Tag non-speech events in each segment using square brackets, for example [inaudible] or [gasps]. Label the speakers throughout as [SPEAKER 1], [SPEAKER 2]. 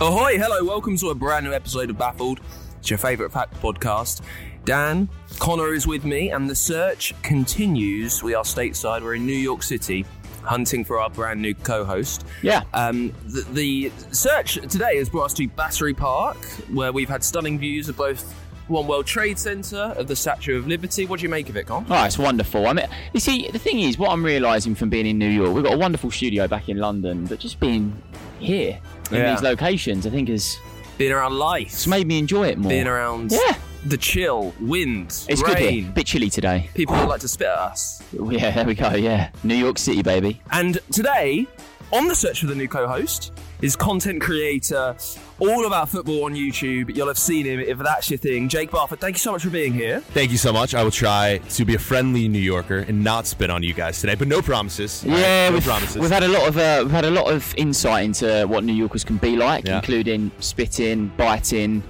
[SPEAKER 1] Ahoy, hello, welcome to a brand new episode of Baffled. It's your favourite fact podcast. Dan, Connor is with me, and the search continues. We are stateside, we're in New York City, hunting for our brand new co host.
[SPEAKER 2] Yeah.
[SPEAKER 1] Um, the, the search today has brought us to Battery Park, where we've had stunning views of both One World Trade Centre, of the Statue of Liberty. What do you make of it, Con?
[SPEAKER 2] Oh, it's wonderful. I mean, you see, the thing is, what I'm realising from being in New York, we've got a wonderful studio back in London, but just being here in
[SPEAKER 1] Yeah.
[SPEAKER 2] these locations, I think has
[SPEAKER 1] Being around life,
[SPEAKER 2] it's made me enjoy it more.
[SPEAKER 1] being around
[SPEAKER 2] yeah,
[SPEAKER 1] the chill, wind,
[SPEAKER 2] it's good here.
[SPEAKER 1] rain.
[SPEAKER 2] Bit chilly today. [laughs]
[SPEAKER 1] People who like to spit at us.
[SPEAKER 2] Oh, Yeah, there we go. Yeah, New York City, baby.
[SPEAKER 1] And today, on the search for the new co-host, is content creator, all about football on YouTube. You'll have seen him if that's your thing. Jake Barford, thank you so much for being here.
[SPEAKER 3] Thank you so much. I will try to be a friendly New Yorker and not spit on you guys today, but no promises. All
[SPEAKER 2] Yeah,
[SPEAKER 3] right, no
[SPEAKER 2] we've,
[SPEAKER 3] promises.
[SPEAKER 2] we've had a lot of uh, we've had a lot of insight into what New Yorkers can be like,
[SPEAKER 3] Yeah.
[SPEAKER 2] including spitting, biting,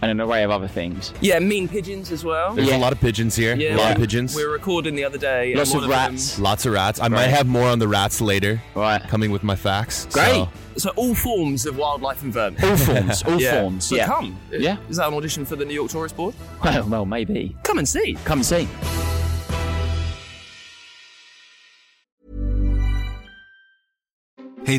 [SPEAKER 2] and an array of other things.
[SPEAKER 1] Yeah, mean pigeons as well.
[SPEAKER 3] There's
[SPEAKER 2] yeah.
[SPEAKER 3] a lot of pigeons here.
[SPEAKER 1] Yeah,
[SPEAKER 3] a lot
[SPEAKER 1] we-
[SPEAKER 3] of pigeons.
[SPEAKER 1] We were recording the other day. and
[SPEAKER 2] Lots
[SPEAKER 1] one
[SPEAKER 2] of
[SPEAKER 1] them-
[SPEAKER 2] rats.
[SPEAKER 3] Lots of rats. I might
[SPEAKER 2] Right.
[SPEAKER 3] have more on the rats later,
[SPEAKER 2] Right.
[SPEAKER 3] coming with my facts.
[SPEAKER 2] Great.
[SPEAKER 3] so-
[SPEAKER 1] so all forms of wildlife and vermin. [laughs]
[SPEAKER 2] All forms. All
[SPEAKER 1] Yeah.
[SPEAKER 2] forms.
[SPEAKER 1] So
[SPEAKER 2] yeah.
[SPEAKER 1] come.
[SPEAKER 2] Yeah.
[SPEAKER 1] Is that an audition for the New York Tourist Board?
[SPEAKER 2] Well, well, maybe.
[SPEAKER 1] Come and see.
[SPEAKER 2] Come and see.
[SPEAKER 4] Hey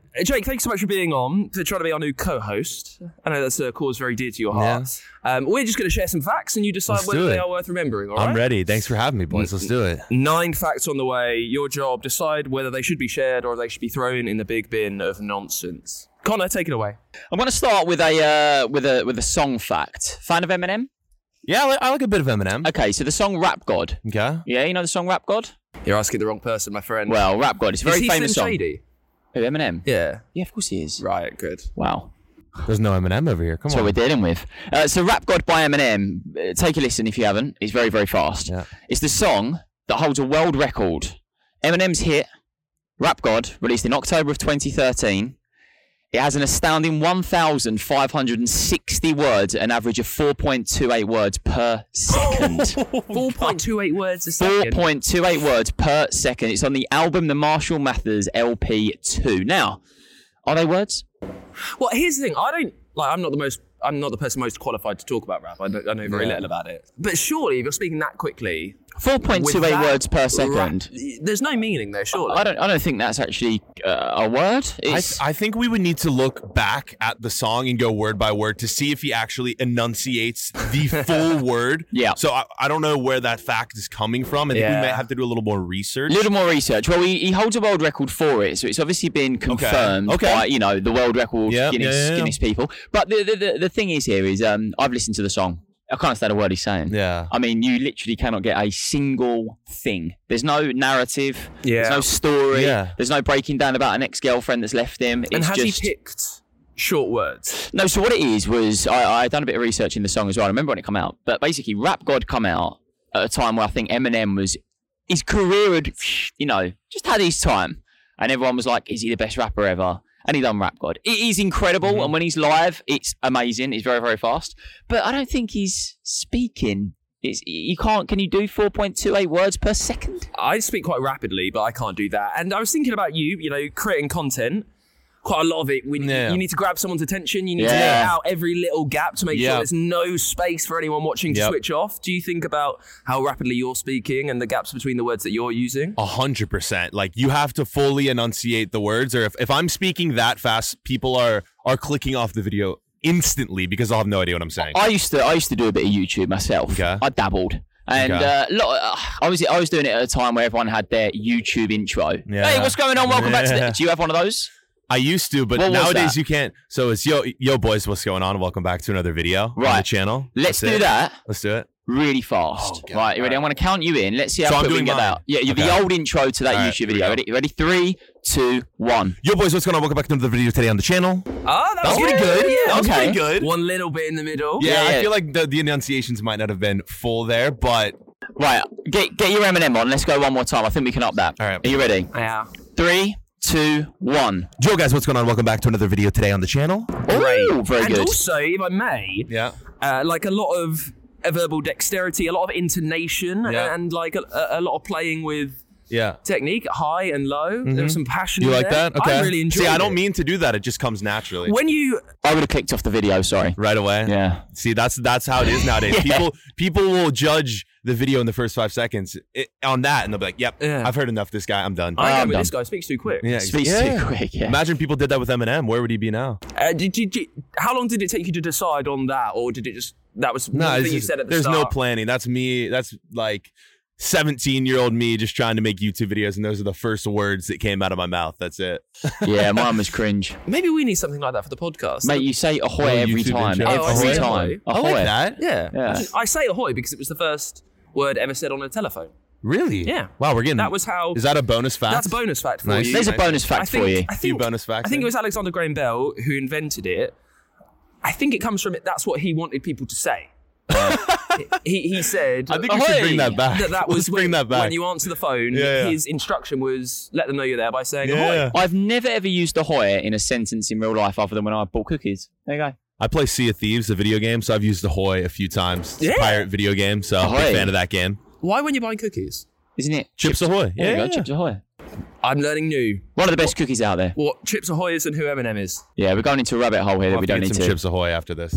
[SPEAKER 1] Jake, thanks so much for being on, for trying to be our new co-host. I know that's a cause very dear to your heart. Um, we're just going to share some facts, and you decide
[SPEAKER 3] Let's
[SPEAKER 1] whether
[SPEAKER 3] do
[SPEAKER 1] they
[SPEAKER 3] it.
[SPEAKER 1] are worth remembering. All
[SPEAKER 3] I'm
[SPEAKER 1] right?
[SPEAKER 3] ready. Thanks for having me, boys. Let's do it.
[SPEAKER 1] Nine facts on the way. Your job. Decide whether they should be shared or they should be thrown in the big bin of nonsense. Connor, take it away.
[SPEAKER 2] I'm going to start with a uh, with a with a song fact. Fan of Eminem?
[SPEAKER 3] Yeah, I like, I like a bit of Eminem.
[SPEAKER 2] Okay, so the song Rap God.
[SPEAKER 3] Okay.
[SPEAKER 2] Yeah, you know the song Rap God?
[SPEAKER 1] You're asking the wrong person, my friend.
[SPEAKER 2] Well, Rap God. It's a very
[SPEAKER 1] Is he
[SPEAKER 2] famous
[SPEAKER 1] Slim
[SPEAKER 2] song.
[SPEAKER 1] Shady?
[SPEAKER 2] Who, Eminem?
[SPEAKER 1] Yeah.
[SPEAKER 2] Yeah, of course he is.
[SPEAKER 1] Right. Good.
[SPEAKER 2] Wow.
[SPEAKER 3] There's no Eminem over here. Come
[SPEAKER 2] That's what
[SPEAKER 3] on.
[SPEAKER 2] we're dealing with. Uh, so Rap God by Eminem. Uh, take a listen if you haven't. It's very, very fast.
[SPEAKER 3] Yeah.
[SPEAKER 2] It's the song that holds a world record. Eminem's hit, Rap God, released in October of 2013. It has an astounding 1,560 words, at an average of 4.28 words per
[SPEAKER 1] [gasps]
[SPEAKER 2] second. [laughs]
[SPEAKER 1] Four point two eight words a second.
[SPEAKER 2] 4.28 words per second. It's on the album The Marshall Mathers LP2. Now, are they words?
[SPEAKER 1] Well, here's the thing. I don't like. I'm not the most. I'm not the person most qualified to talk about rap. I, don't, I know very little about it. But surely, if you're speaking that quickly, with
[SPEAKER 2] 4.28
[SPEAKER 1] that
[SPEAKER 2] words per
[SPEAKER 1] rap-
[SPEAKER 2] second.
[SPEAKER 1] there's no meaning there. Surely.
[SPEAKER 2] I don't I don't think that's actually uh, a word.
[SPEAKER 3] I,
[SPEAKER 2] It's,
[SPEAKER 3] I think we would need to look back at the song and go word by word to see if he actually
[SPEAKER 2] [laughs]
[SPEAKER 3] enunciates the full word.
[SPEAKER 2] Yeah.
[SPEAKER 3] So I, I don't know where that fact is coming from. I think
[SPEAKER 1] Yeah.
[SPEAKER 3] we may have to do a little more research.
[SPEAKER 2] a little more research. Well, he, he holds a world record for it, so it's obviously been confirmed
[SPEAKER 3] Okay.
[SPEAKER 2] by you know the world record
[SPEAKER 3] Yeah,
[SPEAKER 2] Guinness,
[SPEAKER 3] yeah, yeah, yeah.
[SPEAKER 2] Guinness people. But the, the the the thing is here is um I've listened to the song. I can't understand a word he's saying.
[SPEAKER 3] Yeah.
[SPEAKER 2] I mean, you literally cannot get a single thing. There's no narrative.
[SPEAKER 1] Yeah.
[SPEAKER 2] There's no story.
[SPEAKER 3] Yeah.
[SPEAKER 2] There's no breaking down about an ex-girlfriend that's left him. It's
[SPEAKER 1] and has
[SPEAKER 2] just
[SPEAKER 1] he picked short words?
[SPEAKER 2] no. So what it is was I I done a bit of research in the song as well. I remember when it come out, but basically, Rap God come out at a time where I think Eminem was his career had you know just had his time, and everyone was like, "Is he the best rapper ever?" And he done Rap God. It is incredible, and when he's live, it's amazing. It's very very fast, but I don't think he's speaking. It's, you can't. Can you do four point two eight words per second?
[SPEAKER 1] I speak quite rapidly, but I can't do that. And I was thinking about you, you know, creating content. quite a lot of it. We,
[SPEAKER 3] Yeah.
[SPEAKER 1] You need to grab someone's attention. You need to
[SPEAKER 2] Yeah.
[SPEAKER 1] lay out every little gap to make
[SPEAKER 3] Yeah.
[SPEAKER 1] sure there's no space for anyone watching to
[SPEAKER 3] Yep.
[SPEAKER 1] switch off. Do you think about how rapidly you're speaking and the gaps between the words that you're using?
[SPEAKER 3] A hundred percent. Like you have to fully enunciate the words, or if, if I'm speaking that fast, people are are clicking off the video instantly because they'll have no idea what I'm saying.
[SPEAKER 2] I used to I used to do a bit of YouTube myself.
[SPEAKER 3] Okay.
[SPEAKER 2] I dabbled. And
[SPEAKER 3] Okay.
[SPEAKER 2] uh, lot, uh, I was I was doing it at a time where everyone had their YouTube intro.
[SPEAKER 3] Yeah.
[SPEAKER 2] Hey, what's going on? Welcome back to
[SPEAKER 3] Yeah.
[SPEAKER 2] the. Do you have one of those?
[SPEAKER 3] I used to, but
[SPEAKER 2] What was
[SPEAKER 3] nowadays
[SPEAKER 2] that?
[SPEAKER 3] you can't. So it's yo yo boys, what's going on? Welcome back to another video on the
[SPEAKER 2] Right.
[SPEAKER 3] channel.
[SPEAKER 2] Let's
[SPEAKER 3] That's
[SPEAKER 2] do
[SPEAKER 3] it.
[SPEAKER 2] that
[SPEAKER 3] Let's do it.
[SPEAKER 2] really
[SPEAKER 1] Oh,
[SPEAKER 2] fast. right, you ready? I'm going to count you in. Let's see how
[SPEAKER 3] So I'm
[SPEAKER 2] quick we
[SPEAKER 3] doing
[SPEAKER 2] can get
[SPEAKER 3] mine.
[SPEAKER 2] that. Yeah, you the
[SPEAKER 3] Okay.
[SPEAKER 2] old intro to that
[SPEAKER 3] All right,
[SPEAKER 2] YouTube
[SPEAKER 3] here we
[SPEAKER 2] video.
[SPEAKER 3] go.
[SPEAKER 2] Ready? Ready? Three, two, one.
[SPEAKER 3] Yo boys, what's going on? Welcome back to another video today on the channel.
[SPEAKER 1] Ah, that was
[SPEAKER 3] Oh, pretty
[SPEAKER 1] good.
[SPEAKER 3] good.
[SPEAKER 1] Yeah.
[SPEAKER 3] That was
[SPEAKER 2] Okay.
[SPEAKER 3] pretty good.
[SPEAKER 1] One little bit in the middle.
[SPEAKER 3] Yeah,
[SPEAKER 2] Yeah,
[SPEAKER 3] I
[SPEAKER 2] yeah.
[SPEAKER 3] feel like the, the enunciations might not have been full there, but
[SPEAKER 2] Right, get get your Eminem on. Let's go one more time. I think we can up that.
[SPEAKER 3] All right.
[SPEAKER 2] Are you ready?
[SPEAKER 1] Yeah.
[SPEAKER 2] Three, two, one.
[SPEAKER 3] Joe, guys, what's going on? Welcome back to another video today on the channel.
[SPEAKER 2] Ooh, very
[SPEAKER 1] and
[SPEAKER 2] good.
[SPEAKER 1] also, if I may,
[SPEAKER 3] Yeah.
[SPEAKER 1] uh, like a lot of uh, verbal dexterity, a lot of intonation,
[SPEAKER 3] Yeah.
[SPEAKER 1] and like a, a- a lot of playing with
[SPEAKER 3] Yeah.
[SPEAKER 1] technique, high and low. There was some passion.
[SPEAKER 3] Mm-hmm. You
[SPEAKER 1] in
[SPEAKER 3] like
[SPEAKER 1] there.
[SPEAKER 3] that? Okay.
[SPEAKER 1] I really enjoyed.
[SPEAKER 3] See, I don't
[SPEAKER 1] it.
[SPEAKER 3] mean to do that. It just comes naturally.
[SPEAKER 1] when you
[SPEAKER 2] I would have clicked off the video. Sorry.
[SPEAKER 3] right away.
[SPEAKER 2] Yeah.
[SPEAKER 3] See, that's that's how it is nowadays. [laughs] People people will judge the video in the first five seconds i on that, and they'll be like, "Yep,
[SPEAKER 1] Yeah.
[SPEAKER 3] I've heard enough. of This guy, Ah, I'm done." Uh,
[SPEAKER 1] I
[SPEAKER 2] I'm
[SPEAKER 1] go, but
[SPEAKER 2] done.
[SPEAKER 1] this guy speaks too quick.
[SPEAKER 3] yeah,
[SPEAKER 2] Speaks
[SPEAKER 3] yeah.
[SPEAKER 2] too quick. Yeah.
[SPEAKER 3] Imagine people did that with Eminem. Where would he be now?
[SPEAKER 1] Uh, did, you- did- how long did it take you to decide on that, or did it just that was
[SPEAKER 3] No,
[SPEAKER 1] one
[SPEAKER 3] it's
[SPEAKER 1] thing you
[SPEAKER 3] just-
[SPEAKER 1] said at the
[SPEAKER 3] there's no
[SPEAKER 1] start?
[SPEAKER 3] planning. That's me. That's like 17 year old me just trying to make YouTube videos, and those are the first words that came out of my mouth. That's it.
[SPEAKER 2] yeah, mine was cringe.
[SPEAKER 1] Maybe we need something like that for the podcast.
[SPEAKER 2] Mate, you say ahoy
[SPEAKER 3] Oh,
[SPEAKER 2] every
[SPEAKER 3] YouTube
[SPEAKER 2] time.
[SPEAKER 3] intro.
[SPEAKER 1] Oh, I
[SPEAKER 2] every
[SPEAKER 1] see.
[SPEAKER 2] time.
[SPEAKER 1] Ahoy.
[SPEAKER 2] Ahoy.
[SPEAKER 3] that.
[SPEAKER 1] yeah.
[SPEAKER 2] Yeah.
[SPEAKER 1] I say ahoy because it was the first word ever said on a telephone.
[SPEAKER 3] Really?
[SPEAKER 1] Yeah.
[SPEAKER 3] Wow, we're getting
[SPEAKER 1] That was how.
[SPEAKER 3] Is that a bonus fact?
[SPEAKER 1] that's a bonus fact for
[SPEAKER 3] Nice.
[SPEAKER 1] you.
[SPEAKER 2] There's a bonus fact
[SPEAKER 1] I think,
[SPEAKER 2] for you.
[SPEAKER 1] I
[SPEAKER 3] Few
[SPEAKER 1] think,
[SPEAKER 3] bonus facts
[SPEAKER 1] I think
[SPEAKER 3] then.
[SPEAKER 1] it was Alexander Graham Bell who invented it. I think it comes from it. That's what he wanted people to say.
[SPEAKER 3] [laughs]
[SPEAKER 1] he, he said.
[SPEAKER 3] I think we should bring
[SPEAKER 2] Ahoy.
[SPEAKER 3] that back.
[SPEAKER 1] that
[SPEAKER 3] [laughs]
[SPEAKER 1] that was
[SPEAKER 3] Let's
[SPEAKER 1] when,
[SPEAKER 3] bring that back.
[SPEAKER 1] when you answer the phone.
[SPEAKER 3] Yeah, yeah.
[SPEAKER 1] His instruction was let them know you're there by saying
[SPEAKER 3] yeah.
[SPEAKER 1] ahoy.
[SPEAKER 2] I've never ever used ahoy in a sentence in real life other than when I bought cookies. There you go.
[SPEAKER 3] I play Sea of Thieves, the video game, so I've used Ahoy a few times. It's
[SPEAKER 1] Yeah.
[SPEAKER 3] a pirate video game, so I'm a
[SPEAKER 2] Ahoy.
[SPEAKER 3] big fan of that game.
[SPEAKER 1] Why when you're buying cookies?
[SPEAKER 2] Isn't it?
[SPEAKER 3] Chips Ahoy.
[SPEAKER 2] There
[SPEAKER 3] Yeah.
[SPEAKER 2] you go. Chips ahoy.
[SPEAKER 1] I'm learning new
[SPEAKER 2] One of the best cookies out there.
[SPEAKER 1] what Chips Ahoy is and who Eminem is.
[SPEAKER 2] Yeah, we're going into a rabbit hole here that we
[SPEAKER 3] I'll have to
[SPEAKER 2] don't
[SPEAKER 3] get
[SPEAKER 2] need
[SPEAKER 3] some
[SPEAKER 2] to.
[SPEAKER 3] Chips Ahoy after this.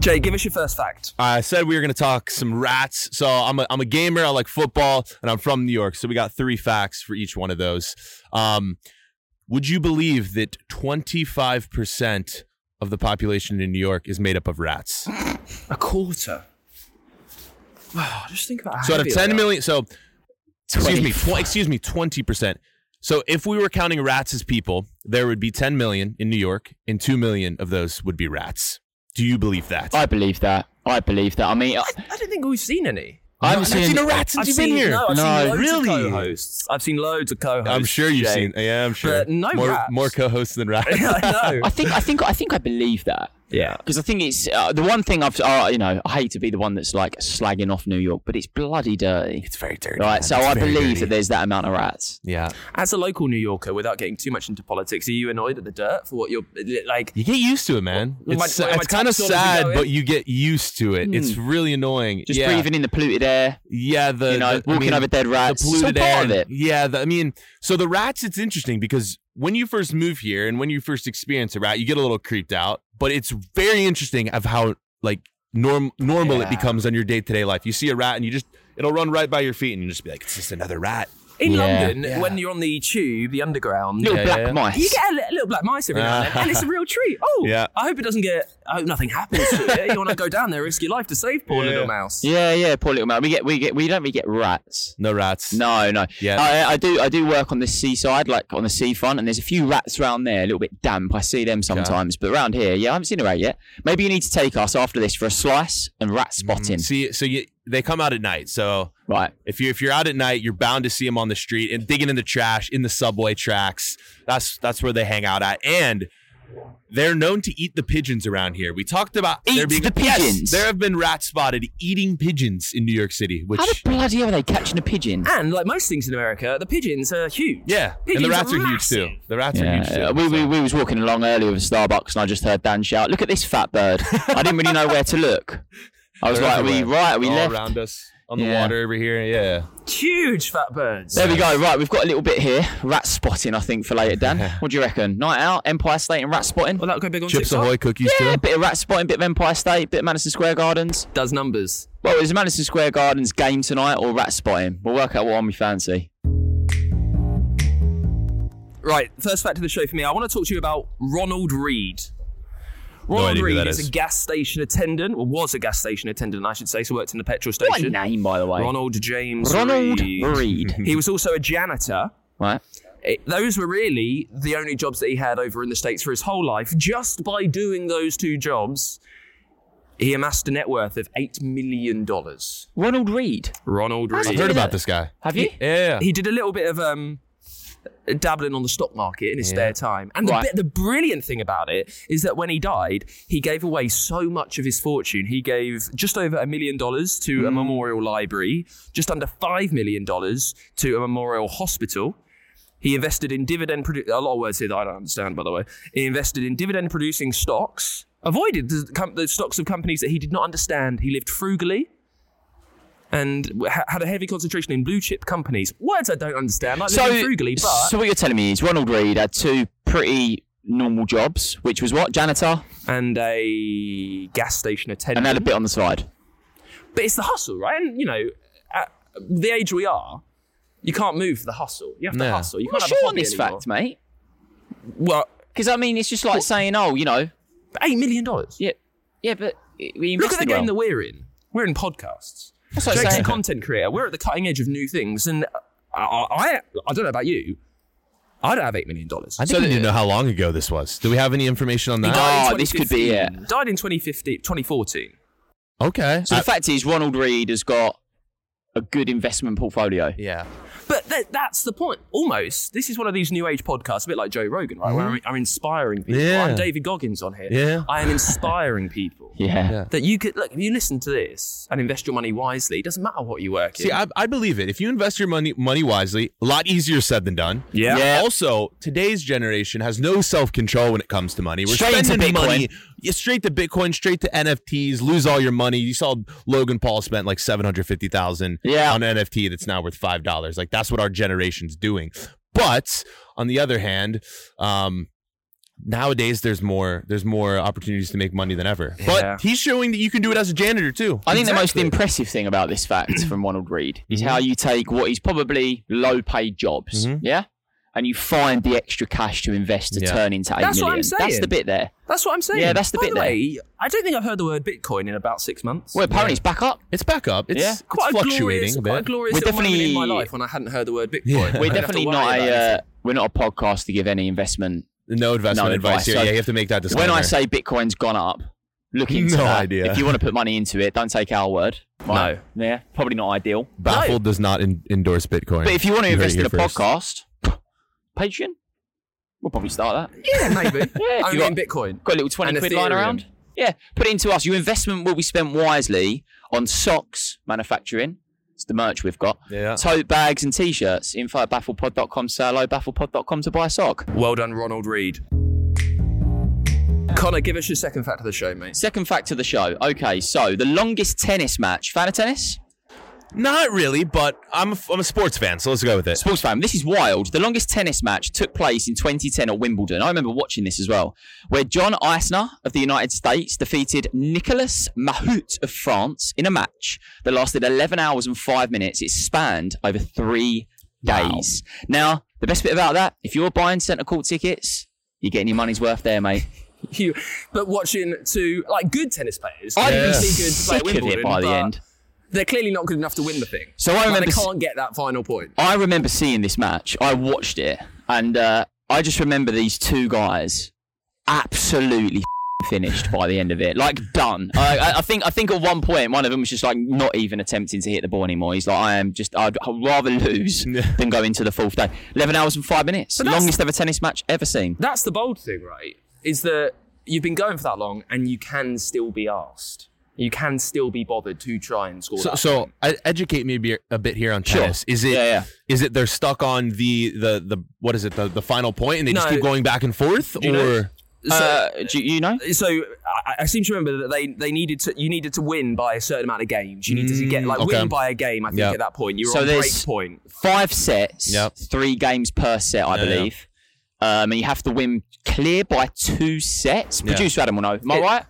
[SPEAKER 1] Jay, give us your first fact.
[SPEAKER 3] I said we were going to talk some rats. So I'm a, I'm a gamer. I like football, and I'm from New York. So we got three facts for each one of those. Um, would you believe that 25% of the population in New York is made up
[SPEAKER 1] [laughs]
[SPEAKER 3] of rats?
[SPEAKER 1] A quarter. [sighs] Wow, just think about how
[SPEAKER 3] So out of
[SPEAKER 1] heavy they
[SPEAKER 3] 10
[SPEAKER 1] are.
[SPEAKER 3] million, so excuse
[SPEAKER 2] 20.
[SPEAKER 3] me, tw- excuse me, 20%. So if we were counting rats as people, there would be 10 million in New York, and 2 million of those would be rats. Do you believe
[SPEAKER 2] [laughs]
[SPEAKER 3] that?
[SPEAKER 2] I believe that. I believe that. I mean, I,
[SPEAKER 1] I don't think we've seen any.
[SPEAKER 2] I haven't
[SPEAKER 3] I've
[SPEAKER 2] seen,
[SPEAKER 3] seen a rat since
[SPEAKER 1] I've
[SPEAKER 3] you've
[SPEAKER 1] seen,
[SPEAKER 3] been here.
[SPEAKER 1] No, I've seen loads
[SPEAKER 3] really?
[SPEAKER 1] of co-hosts. I've seen loads of co-hosts.
[SPEAKER 3] I'm sure you've
[SPEAKER 1] Jay.
[SPEAKER 3] seen. Yeah, I'm sure.
[SPEAKER 1] But no
[SPEAKER 3] more,
[SPEAKER 1] rats.
[SPEAKER 3] more co-hosts than rats.
[SPEAKER 1] [laughs] I know.
[SPEAKER 2] I think. I think. I think. I believe that.
[SPEAKER 1] Yeah.
[SPEAKER 2] Because I think it's uh, the one thing I've. Uh, you know, I hate to be the one that's like slagging off New York, but it's bloody dirty.
[SPEAKER 3] It's very dirty.
[SPEAKER 2] Right.
[SPEAKER 3] man.
[SPEAKER 2] So
[SPEAKER 3] It's
[SPEAKER 2] I
[SPEAKER 3] very
[SPEAKER 2] believe
[SPEAKER 3] dirty.
[SPEAKER 2] that there's that amount of rats.
[SPEAKER 3] [laughs] Yeah.
[SPEAKER 1] As a local New Yorker, without getting too much into politics, are you annoyed at the dirt for what you're like?
[SPEAKER 3] You get used to it, man.
[SPEAKER 1] Well,
[SPEAKER 3] it's
[SPEAKER 1] my- my
[SPEAKER 3] it's kind of
[SPEAKER 1] tax dollars are
[SPEAKER 3] sad,
[SPEAKER 1] going.
[SPEAKER 3] but you get used to it. It's really annoying.
[SPEAKER 2] Hmm. Just
[SPEAKER 3] yeah.
[SPEAKER 2] breathing in the polluted air.
[SPEAKER 3] Yeah, the
[SPEAKER 2] You know,
[SPEAKER 3] the- I
[SPEAKER 2] walking
[SPEAKER 3] mean,
[SPEAKER 2] over dead rats.
[SPEAKER 3] The
[SPEAKER 2] It's all
[SPEAKER 3] polluted
[SPEAKER 2] part
[SPEAKER 3] air.
[SPEAKER 2] of it.
[SPEAKER 3] Yeah, the, I mean, so the rats. It's interesting because when you first move here and when you first experience a rat, you get a little creeped out. But it's very interesting of how like norm normal it becomes on your day to day life. You see a rat and you just it'll run right by your feet and you just be like, it's just another rat.
[SPEAKER 1] In
[SPEAKER 2] Yeah.
[SPEAKER 1] London, when you're on the tube, the underground,
[SPEAKER 2] Little
[SPEAKER 3] Yeah,
[SPEAKER 2] black
[SPEAKER 3] yeah, yeah.
[SPEAKER 2] mice.
[SPEAKER 1] you get a li- little black mice every now and then, and it's a real treat. Oh,
[SPEAKER 3] Yeah.
[SPEAKER 1] I hope it doesn't get. I hope nothing happens to it. You want to go down there, risk your life to save poor little mouse.
[SPEAKER 2] yeah, yeah. Poor little man. We get. We get. We don't. We get rats.
[SPEAKER 3] No rats.
[SPEAKER 2] No, no.
[SPEAKER 3] Yeah.
[SPEAKER 2] I, I do. I do work on the seaside, like on the seafront, and there's a few rats around there, a little bit damp. I see them sometimes, but around here, yeah, I haven't seen a rat yet. Maybe you need to take us after this for a slice and rat spotting.
[SPEAKER 3] Mm, See, so you, they come out at night. So
[SPEAKER 2] Right.
[SPEAKER 3] if you if you're out at night, you're bound to see them on the street and digging in the trash in the subway tracks. That's that's where they hang out at, and they're known to eat the pigeons around here. We talked about
[SPEAKER 2] Eat
[SPEAKER 3] there being
[SPEAKER 2] the
[SPEAKER 3] Yes,
[SPEAKER 2] pigeons?
[SPEAKER 3] there have been rats spotted eating pigeons in New York City, which
[SPEAKER 2] How the bloody hell are they catching a pigeon?
[SPEAKER 1] And like most things in America, the pigeons are huge.
[SPEAKER 3] yeah, and
[SPEAKER 1] Pigeons
[SPEAKER 3] the rats are, huge
[SPEAKER 1] massive.
[SPEAKER 3] too. The rats are huge
[SPEAKER 2] Yeah,
[SPEAKER 3] too.
[SPEAKER 2] we, we,
[SPEAKER 3] so-
[SPEAKER 2] we was walking along earlier with Starbucks and I just heard Dan shout, "Look at this fat bird!" I didn't really know where to look. I was
[SPEAKER 3] They're
[SPEAKER 2] like, "Are we
[SPEAKER 3] everywhere.
[SPEAKER 2] right? Are we
[SPEAKER 3] All
[SPEAKER 2] left?"
[SPEAKER 3] around us. on the
[SPEAKER 2] Yeah.
[SPEAKER 3] water over here. Yeah.
[SPEAKER 1] Huge fat birds.
[SPEAKER 2] There we go. Right, we've got a little bit here. Rat spotting, I think, for later, Dan. what do you reckon? Night out, Empire State, and rat spotting.
[SPEAKER 1] Well, that go big on
[SPEAKER 3] Chips
[SPEAKER 1] TikTok.
[SPEAKER 3] Ahoy cookies
[SPEAKER 2] yeah,
[SPEAKER 3] too.
[SPEAKER 2] bit of rat spotting, bit of Empire State, bit of Madison Square Gardens.
[SPEAKER 1] Does numbers.
[SPEAKER 2] Well, is Madison Square Gardens game tonight or rat spotting? We'll work out what one we fancy.
[SPEAKER 1] Right, first fact of the show for me. I want to talk to you about Ronald Reed. Ronald
[SPEAKER 5] idea who
[SPEAKER 1] Reed
[SPEAKER 5] that
[SPEAKER 1] is,
[SPEAKER 5] is.
[SPEAKER 1] a gas station attendant, or was a gas station attendant, I should say. So worked in the petrol station.
[SPEAKER 2] What a name, by the way.
[SPEAKER 1] Ronald James.
[SPEAKER 2] Ronald
[SPEAKER 1] Reed.
[SPEAKER 2] Reed.
[SPEAKER 1] [laughs] He was also a janitor.
[SPEAKER 2] right.
[SPEAKER 1] It- those were really the only jobs that he had over in the States for his whole life. Just by doing those two jobs, he amassed a net worth of $8 million.
[SPEAKER 2] Ronald Reed.
[SPEAKER 1] Ronald
[SPEAKER 2] That's
[SPEAKER 1] Reed.
[SPEAKER 3] Heard about this guy.
[SPEAKER 2] Have you?
[SPEAKER 3] Yeah.
[SPEAKER 1] He did a little bit of um, dabbling on the stock market in his spare time. And the,
[SPEAKER 2] Right.
[SPEAKER 1] bit, the brilliant thing about it is that when he died, he gave away so much of his fortune. He gave just over a million dollars to a memorial library, just under five million dollars to a memorial hospital. He invested in dividend. Produ- a lot of words here that I don't understand, by the way. He invested in dividend producing stocks, avoided the, com- the stocks of companies that he did not understand. He lived frugally and w- ha- had a heavy concentration in blue chip companies. Words I don't understand, like
[SPEAKER 2] So,
[SPEAKER 1] living frugally, but
[SPEAKER 2] so what you're telling me is Ronald Reed had two pretty normal jobs, which was what? Janitor
[SPEAKER 1] and a gas station
[SPEAKER 2] and
[SPEAKER 1] attendant.
[SPEAKER 2] had a bit on the side.
[SPEAKER 1] but it's the hustle, right? And you know, at the age we are, you can't move for the hustle. You have to
[SPEAKER 3] No.
[SPEAKER 1] hustle. You
[SPEAKER 2] I'm
[SPEAKER 1] can't have
[SPEAKER 2] not sure
[SPEAKER 1] a
[SPEAKER 2] on
[SPEAKER 1] hobby
[SPEAKER 2] this
[SPEAKER 1] anymore.
[SPEAKER 2] fact, mate.
[SPEAKER 1] Well,
[SPEAKER 2] Because, I mean, it's just like saying, oh, you know,
[SPEAKER 1] eight million dollars.
[SPEAKER 2] yeah, yeah, but we
[SPEAKER 1] Look at the
[SPEAKER 2] invested
[SPEAKER 1] game
[SPEAKER 2] well.
[SPEAKER 1] that we're in. We're in podcasts.
[SPEAKER 2] That's what I'm
[SPEAKER 1] Jake's a
[SPEAKER 2] saying.
[SPEAKER 1] content creator. We're at the cutting edge of new things, and I, I, I don't know about you. I don't have eight million dollars.
[SPEAKER 3] I think we need to know how long ago this was. Do we have any information on
[SPEAKER 1] He
[SPEAKER 3] that?
[SPEAKER 1] died in
[SPEAKER 2] Oh, this could be
[SPEAKER 1] 2015. Died in 2015, 2014.
[SPEAKER 3] Okay.
[SPEAKER 2] So
[SPEAKER 3] I-
[SPEAKER 2] the fact is, Ronald Reed has got a good investment portfolio.
[SPEAKER 3] yeah.
[SPEAKER 1] But th- that's the point. Almost. This is one of these new age podcasts, a bit like Joe Rogan, right?
[SPEAKER 2] Mm-hmm.
[SPEAKER 1] Where I'm, I'm inspiring people.
[SPEAKER 3] Yeah.
[SPEAKER 1] I'm David Goggins on here.
[SPEAKER 3] Yeah.
[SPEAKER 1] I am inspiring people.
[SPEAKER 2] [laughs] Yeah.
[SPEAKER 3] Yeah.
[SPEAKER 1] That you could look if you listen to this and invest your money wisely. It doesn't matter what you work in.
[SPEAKER 3] See, I, I believe it. If you invest your money money wisely, a lot easier said than done.
[SPEAKER 1] Yeah. Yeah.
[SPEAKER 3] Also, today's generation has no self control when it comes to money. We're
[SPEAKER 2] Straight into
[SPEAKER 3] spending
[SPEAKER 2] Bitcoin.
[SPEAKER 3] money yeah, straight to Bitcoin, straight to NFTs. Lose all your money. You saw Logan Paul spent like seven hundred fifty thousand
[SPEAKER 2] Yeah.
[SPEAKER 3] on an NFT that's now worth five dollars. Like that's what our generation's doing. But on the other hand, um, nowadays there's more there's more opportunities to make money than ever.
[SPEAKER 1] Yeah.
[SPEAKER 3] But he's showing that you can do it as a janitor too.
[SPEAKER 2] I think the most impressive thing about this fact from Ronald Reed is how you take what is probably low paid jobs, yeah? And you find the extra cash to invest to
[SPEAKER 3] Yeah.
[SPEAKER 2] turn into 8
[SPEAKER 1] That's what I'm
[SPEAKER 2] million. That's
[SPEAKER 1] saying.
[SPEAKER 2] the bit there.
[SPEAKER 1] that's what I'm saying.
[SPEAKER 2] Yeah, that's the
[SPEAKER 1] By
[SPEAKER 2] bit
[SPEAKER 1] the
[SPEAKER 2] there.
[SPEAKER 1] way, I don't think I've heard the word Bitcoin in about six months.
[SPEAKER 2] Well, apparently it's back up.
[SPEAKER 3] It's back up. It's,
[SPEAKER 2] Yeah.
[SPEAKER 3] it's
[SPEAKER 1] quite a
[SPEAKER 3] fluctuating
[SPEAKER 1] glorious,
[SPEAKER 3] a bit.
[SPEAKER 1] quite a glorious
[SPEAKER 2] We're
[SPEAKER 1] little moment in my
[SPEAKER 2] definitely-
[SPEAKER 1] life when I hadn't heard the word Bitcoin. I
[SPEAKER 3] Yeah.
[SPEAKER 1] don't
[SPEAKER 2] We're
[SPEAKER 1] have to
[SPEAKER 2] definitely
[SPEAKER 1] worry
[SPEAKER 2] not
[SPEAKER 1] about
[SPEAKER 2] a, uh,
[SPEAKER 1] anything.
[SPEAKER 2] we're not a podcast to give any investment
[SPEAKER 3] No investment
[SPEAKER 2] No
[SPEAKER 3] advice
[SPEAKER 2] advice.
[SPEAKER 3] here.
[SPEAKER 2] So
[SPEAKER 3] yeah, you have to make that disclaimer.
[SPEAKER 2] When I say Bitcoin's gone up, look into
[SPEAKER 3] No
[SPEAKER 2] that.
[SPEAKER 3] idea.
[SPEAKER 2] If you want to put money into it, don't take our word.
[SPEAKER 1] No.
[SPEAKER 2] Yeah, probably not ideal.
[SPEAKER 3] baffled does not in- endorse Bitcoin.
[SPEAKER 2] But if you want to
[SPEAKER 3] heard
[SPEAKER 2] invest
[SPEAKER 3] it
[SPEAKER 2] in
[SPEAKER 3] here
[SPEAKER 2] a
[SPEAKER 3] first.
[SPEAKER 2] podcast, [laughs] Patreon, we'll probably start that.
[SPEAKER 1] [laughs] yeah, maybe.
[SPEAKER 2] if
[SPEAKER 1] Only
[SPEAKER 2] you
[SPEAKER 1] in
[SPEAKER 2] got-
[SPEAKER 1] Bitcoin.
[SPEAKER 2] Got a little 20
[SPEAKER 1] And
[SPEAKER 2] quid
[SPEAKER 1] Ethereum.
[SPEAKER 2] lying around? Yeah, put it into us. Your investment will be spent wisely on socks manufacturing. It's the merch we've got.
[SPEAKER 3] Yeah.
[SPEAKER 2] Tote bags and t shirts. Info at bafflepod.com. Say hello, bafflepod.com to buy a sock.
[SPEAKER 1] Well done, Ronald Reed. Connor, give us your second fact of the show, mate.
[SPEAKER 2] Second fact of the show. Okay, so the longest tennis match. Fan of tennis?
[SPEAKER 3] not really, but I'm a, f- I'm a sports fan, so let's go with it.
[SPEAKER 2] Sports fan, this is wild. The longest tennis match took place in 2010 at Wimbledon. I remember watching this as well, where John Isner of the United States defeated Nicolas Mahut of France in a match that lasted 11 hours and 5 minutes. It spanned over three days. Now, the best bit about that, if you're buying centre court tickets, you're getting your money's worth there, mate.
[SPEAKER 1] [laughs] You, but watching two like good tennis players,
[SPEAKER 2] I'd
[SPEAKER 1] they're
[SPEAKER 2] be
[SPEAKER 1] really good to play
[SPEAKER 2] sick
[SPEAKER 1] at
[SPEAKER 2] of
[SPEAKER 1] Wimbledon,
[SPEAKER 2] it by the
[SPEAKER 1] but
[SPEAKER 2] end.
[SPEAKER 1] They're clearly not good enough to win the thing.
[SPEAKER 2] So I
[SPEAKER 1] Like,
[SPEAKER 2] remember
[SPEAKER 1] they
[SPEAKER 2] s-
[SPEAKER 1] can't get that final point.
[SPEAKER 2] I remember seeing this match. I watched it, and uh, I just remember these two guys absolutely [laughs] finished by the end of it, like done. I, I- I think I think at one point one of them was just like not even attempting to hit the ball anymore. He's like, I am just I'd, I'd rather lose [laughs] than go into the fourth day. Eleven hours and five minutes,
[SPEAKER 1] that's-
[SPEAKER 2] longest ever tennis match ever seen.
[SPEAKER 1] That's the bold thing, right? Is that you've been going for that long and you can still be asked. You can still be bothered to try and score.
[SPEAKER 3] So,
[SPEAKER 1] that
[SPEAKER 3] so I, educate me a bit, a bit here on tennis. Is it is
[SPEAKER 2] Yeah, yeah.
[SPEAKER 3] it they're stuck on the the the what is it the, the final point and they just
[SPEAKER 1] No.
[SPEAKER 3] keep going back and forth
[SPEAKER 1] you
[SPEAKER 3] or
[SPEAKER 1] know- So,
[SPEAKER 2] uh, do you you know?
[SPEAKER 1] so I, I seem to remember that they, they needed to you needed to win by a certain amount of games. You needed to get like
[SPEAKER 3] Mm, okay.
[SPEAKER 1] win by a game. I think
[SPEAKER 3] Yeah.
[SPEAKER 1] at that point you were
[SPEAKER 2] So
[SPEAKER 1] on break
[SPEAKER 2] there's-
[SPEAKER 1] point.
[SPEAKER 2] Five sets,
[SPEAKER 3] Yep.
[SPEAKER 2] three games per set, I
[SPEAKER 5] Yeah, yeah.
[SPEAKER 2] believe. Um, and you have to win clear by two sets.
[SPEAKER 3] Yeah.
[SPEAKER 2] Producer Adam will know. Am I
[SPEAKER 1] It-
[SPEAKER 2] right?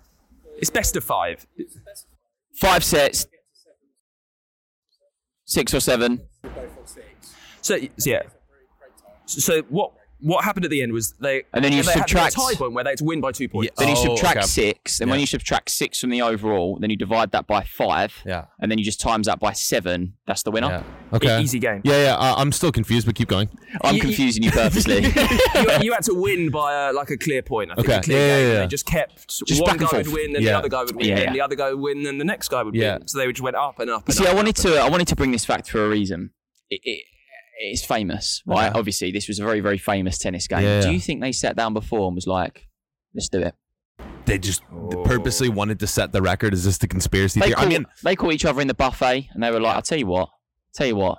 [SPEAKER 1] It's best of five.
[SPEAKER 2] Five sets, six or seven.
[SPEAKER 1] So so, yeah. So what what happened at the end was they
[SPEAKER 2] And then you
[SPEAKER 1] they had to get
[SPEAKER 2] subtract-
[SPEAKER 1] a tie point where they had to win by two points.
[SPEAKER 3] Yeah.
[SPEAKER 2] Then you
[SPEAKER 3] Oh,
[SPEAKER 2] subtract
[SPEAKER 3] okay.
[SPEAKER 2] six. Then when
[SPEAKER 3] Yeah.
[SPEAKER 2] you subtract six from the overall, then you divide that by five.
[SPEAKER 3] Yeah.
[SPEAKER 2] And then you just times that by seven. That's the winner.
[SPEAKER 3] Yeah. Okay.
[SPEAKER 1] E- easy game.
[SPEAKER 3] Yeah, yeah. I- I'm still confused, but keep going.
[SPEAKER 2] I'm
[SPEAKER 1] You- you-
[SPEAKER 2] confusing you purposely.
[SPEAKER 3] [laughs]
[SPEAKER 2] [laughs]
[SPEAKER 1] you, you had to win by uh, like a clear point. I think
[SPEAKER 3] Okay.
[SPEAKER 1] a clear
[SPEAKER 3] Yeah, yeah,
[SPEAKER 1] game.
[SPEAKER 3] yeah.
[SPEAKER 1] They just kept
[SPEAKER 2] Just
[SPEAKER 1] one
[SPEAKER 2] back and
[SPEAKER 1] guy would
[SPEAKER 2] forth.
[SPEAKER 1] win, then the
[SPEAKER 3] Yeah.
[SPEAKER 1] other guy would win,
[SPEAKER 2] Yeah,
[SPEAKER 1] then
[SPEAKER 2] yeah.
[SPEAKER 1] the other guy would win, then the next guy would
[SPEAKER 3] Yeah.
[SPEAKER 1] win. So they just went up and up.
[SPEAKER 2] You
[SPEAKER 1] And
[SPEAKER 2] see, I
[SPEAKER 1] up.
[SPEAKER 2] wanted to I wanted to bring this fact for a reason. It, it, it's famous, right? Obviously, this was a very very famous tennis game.
[SPEAKER 3] Yeah,
[SPEAKER 2] Do
[SPEAKER 3] yeah.
[SPEAKER 2] you think they sat down before and was like, "Let's do it"?
[SPEAKER 3] They just purposely wanted to set the record. Is this the conspiracy
[SPEAKER 2] They
[SPEAKER 3] theory?
[SPEAKER 2] call,
[SPEAKER 3] I mean,
[SPEAKER 2] they call each other in the buffet and they were like, "I tell you what, tell you what,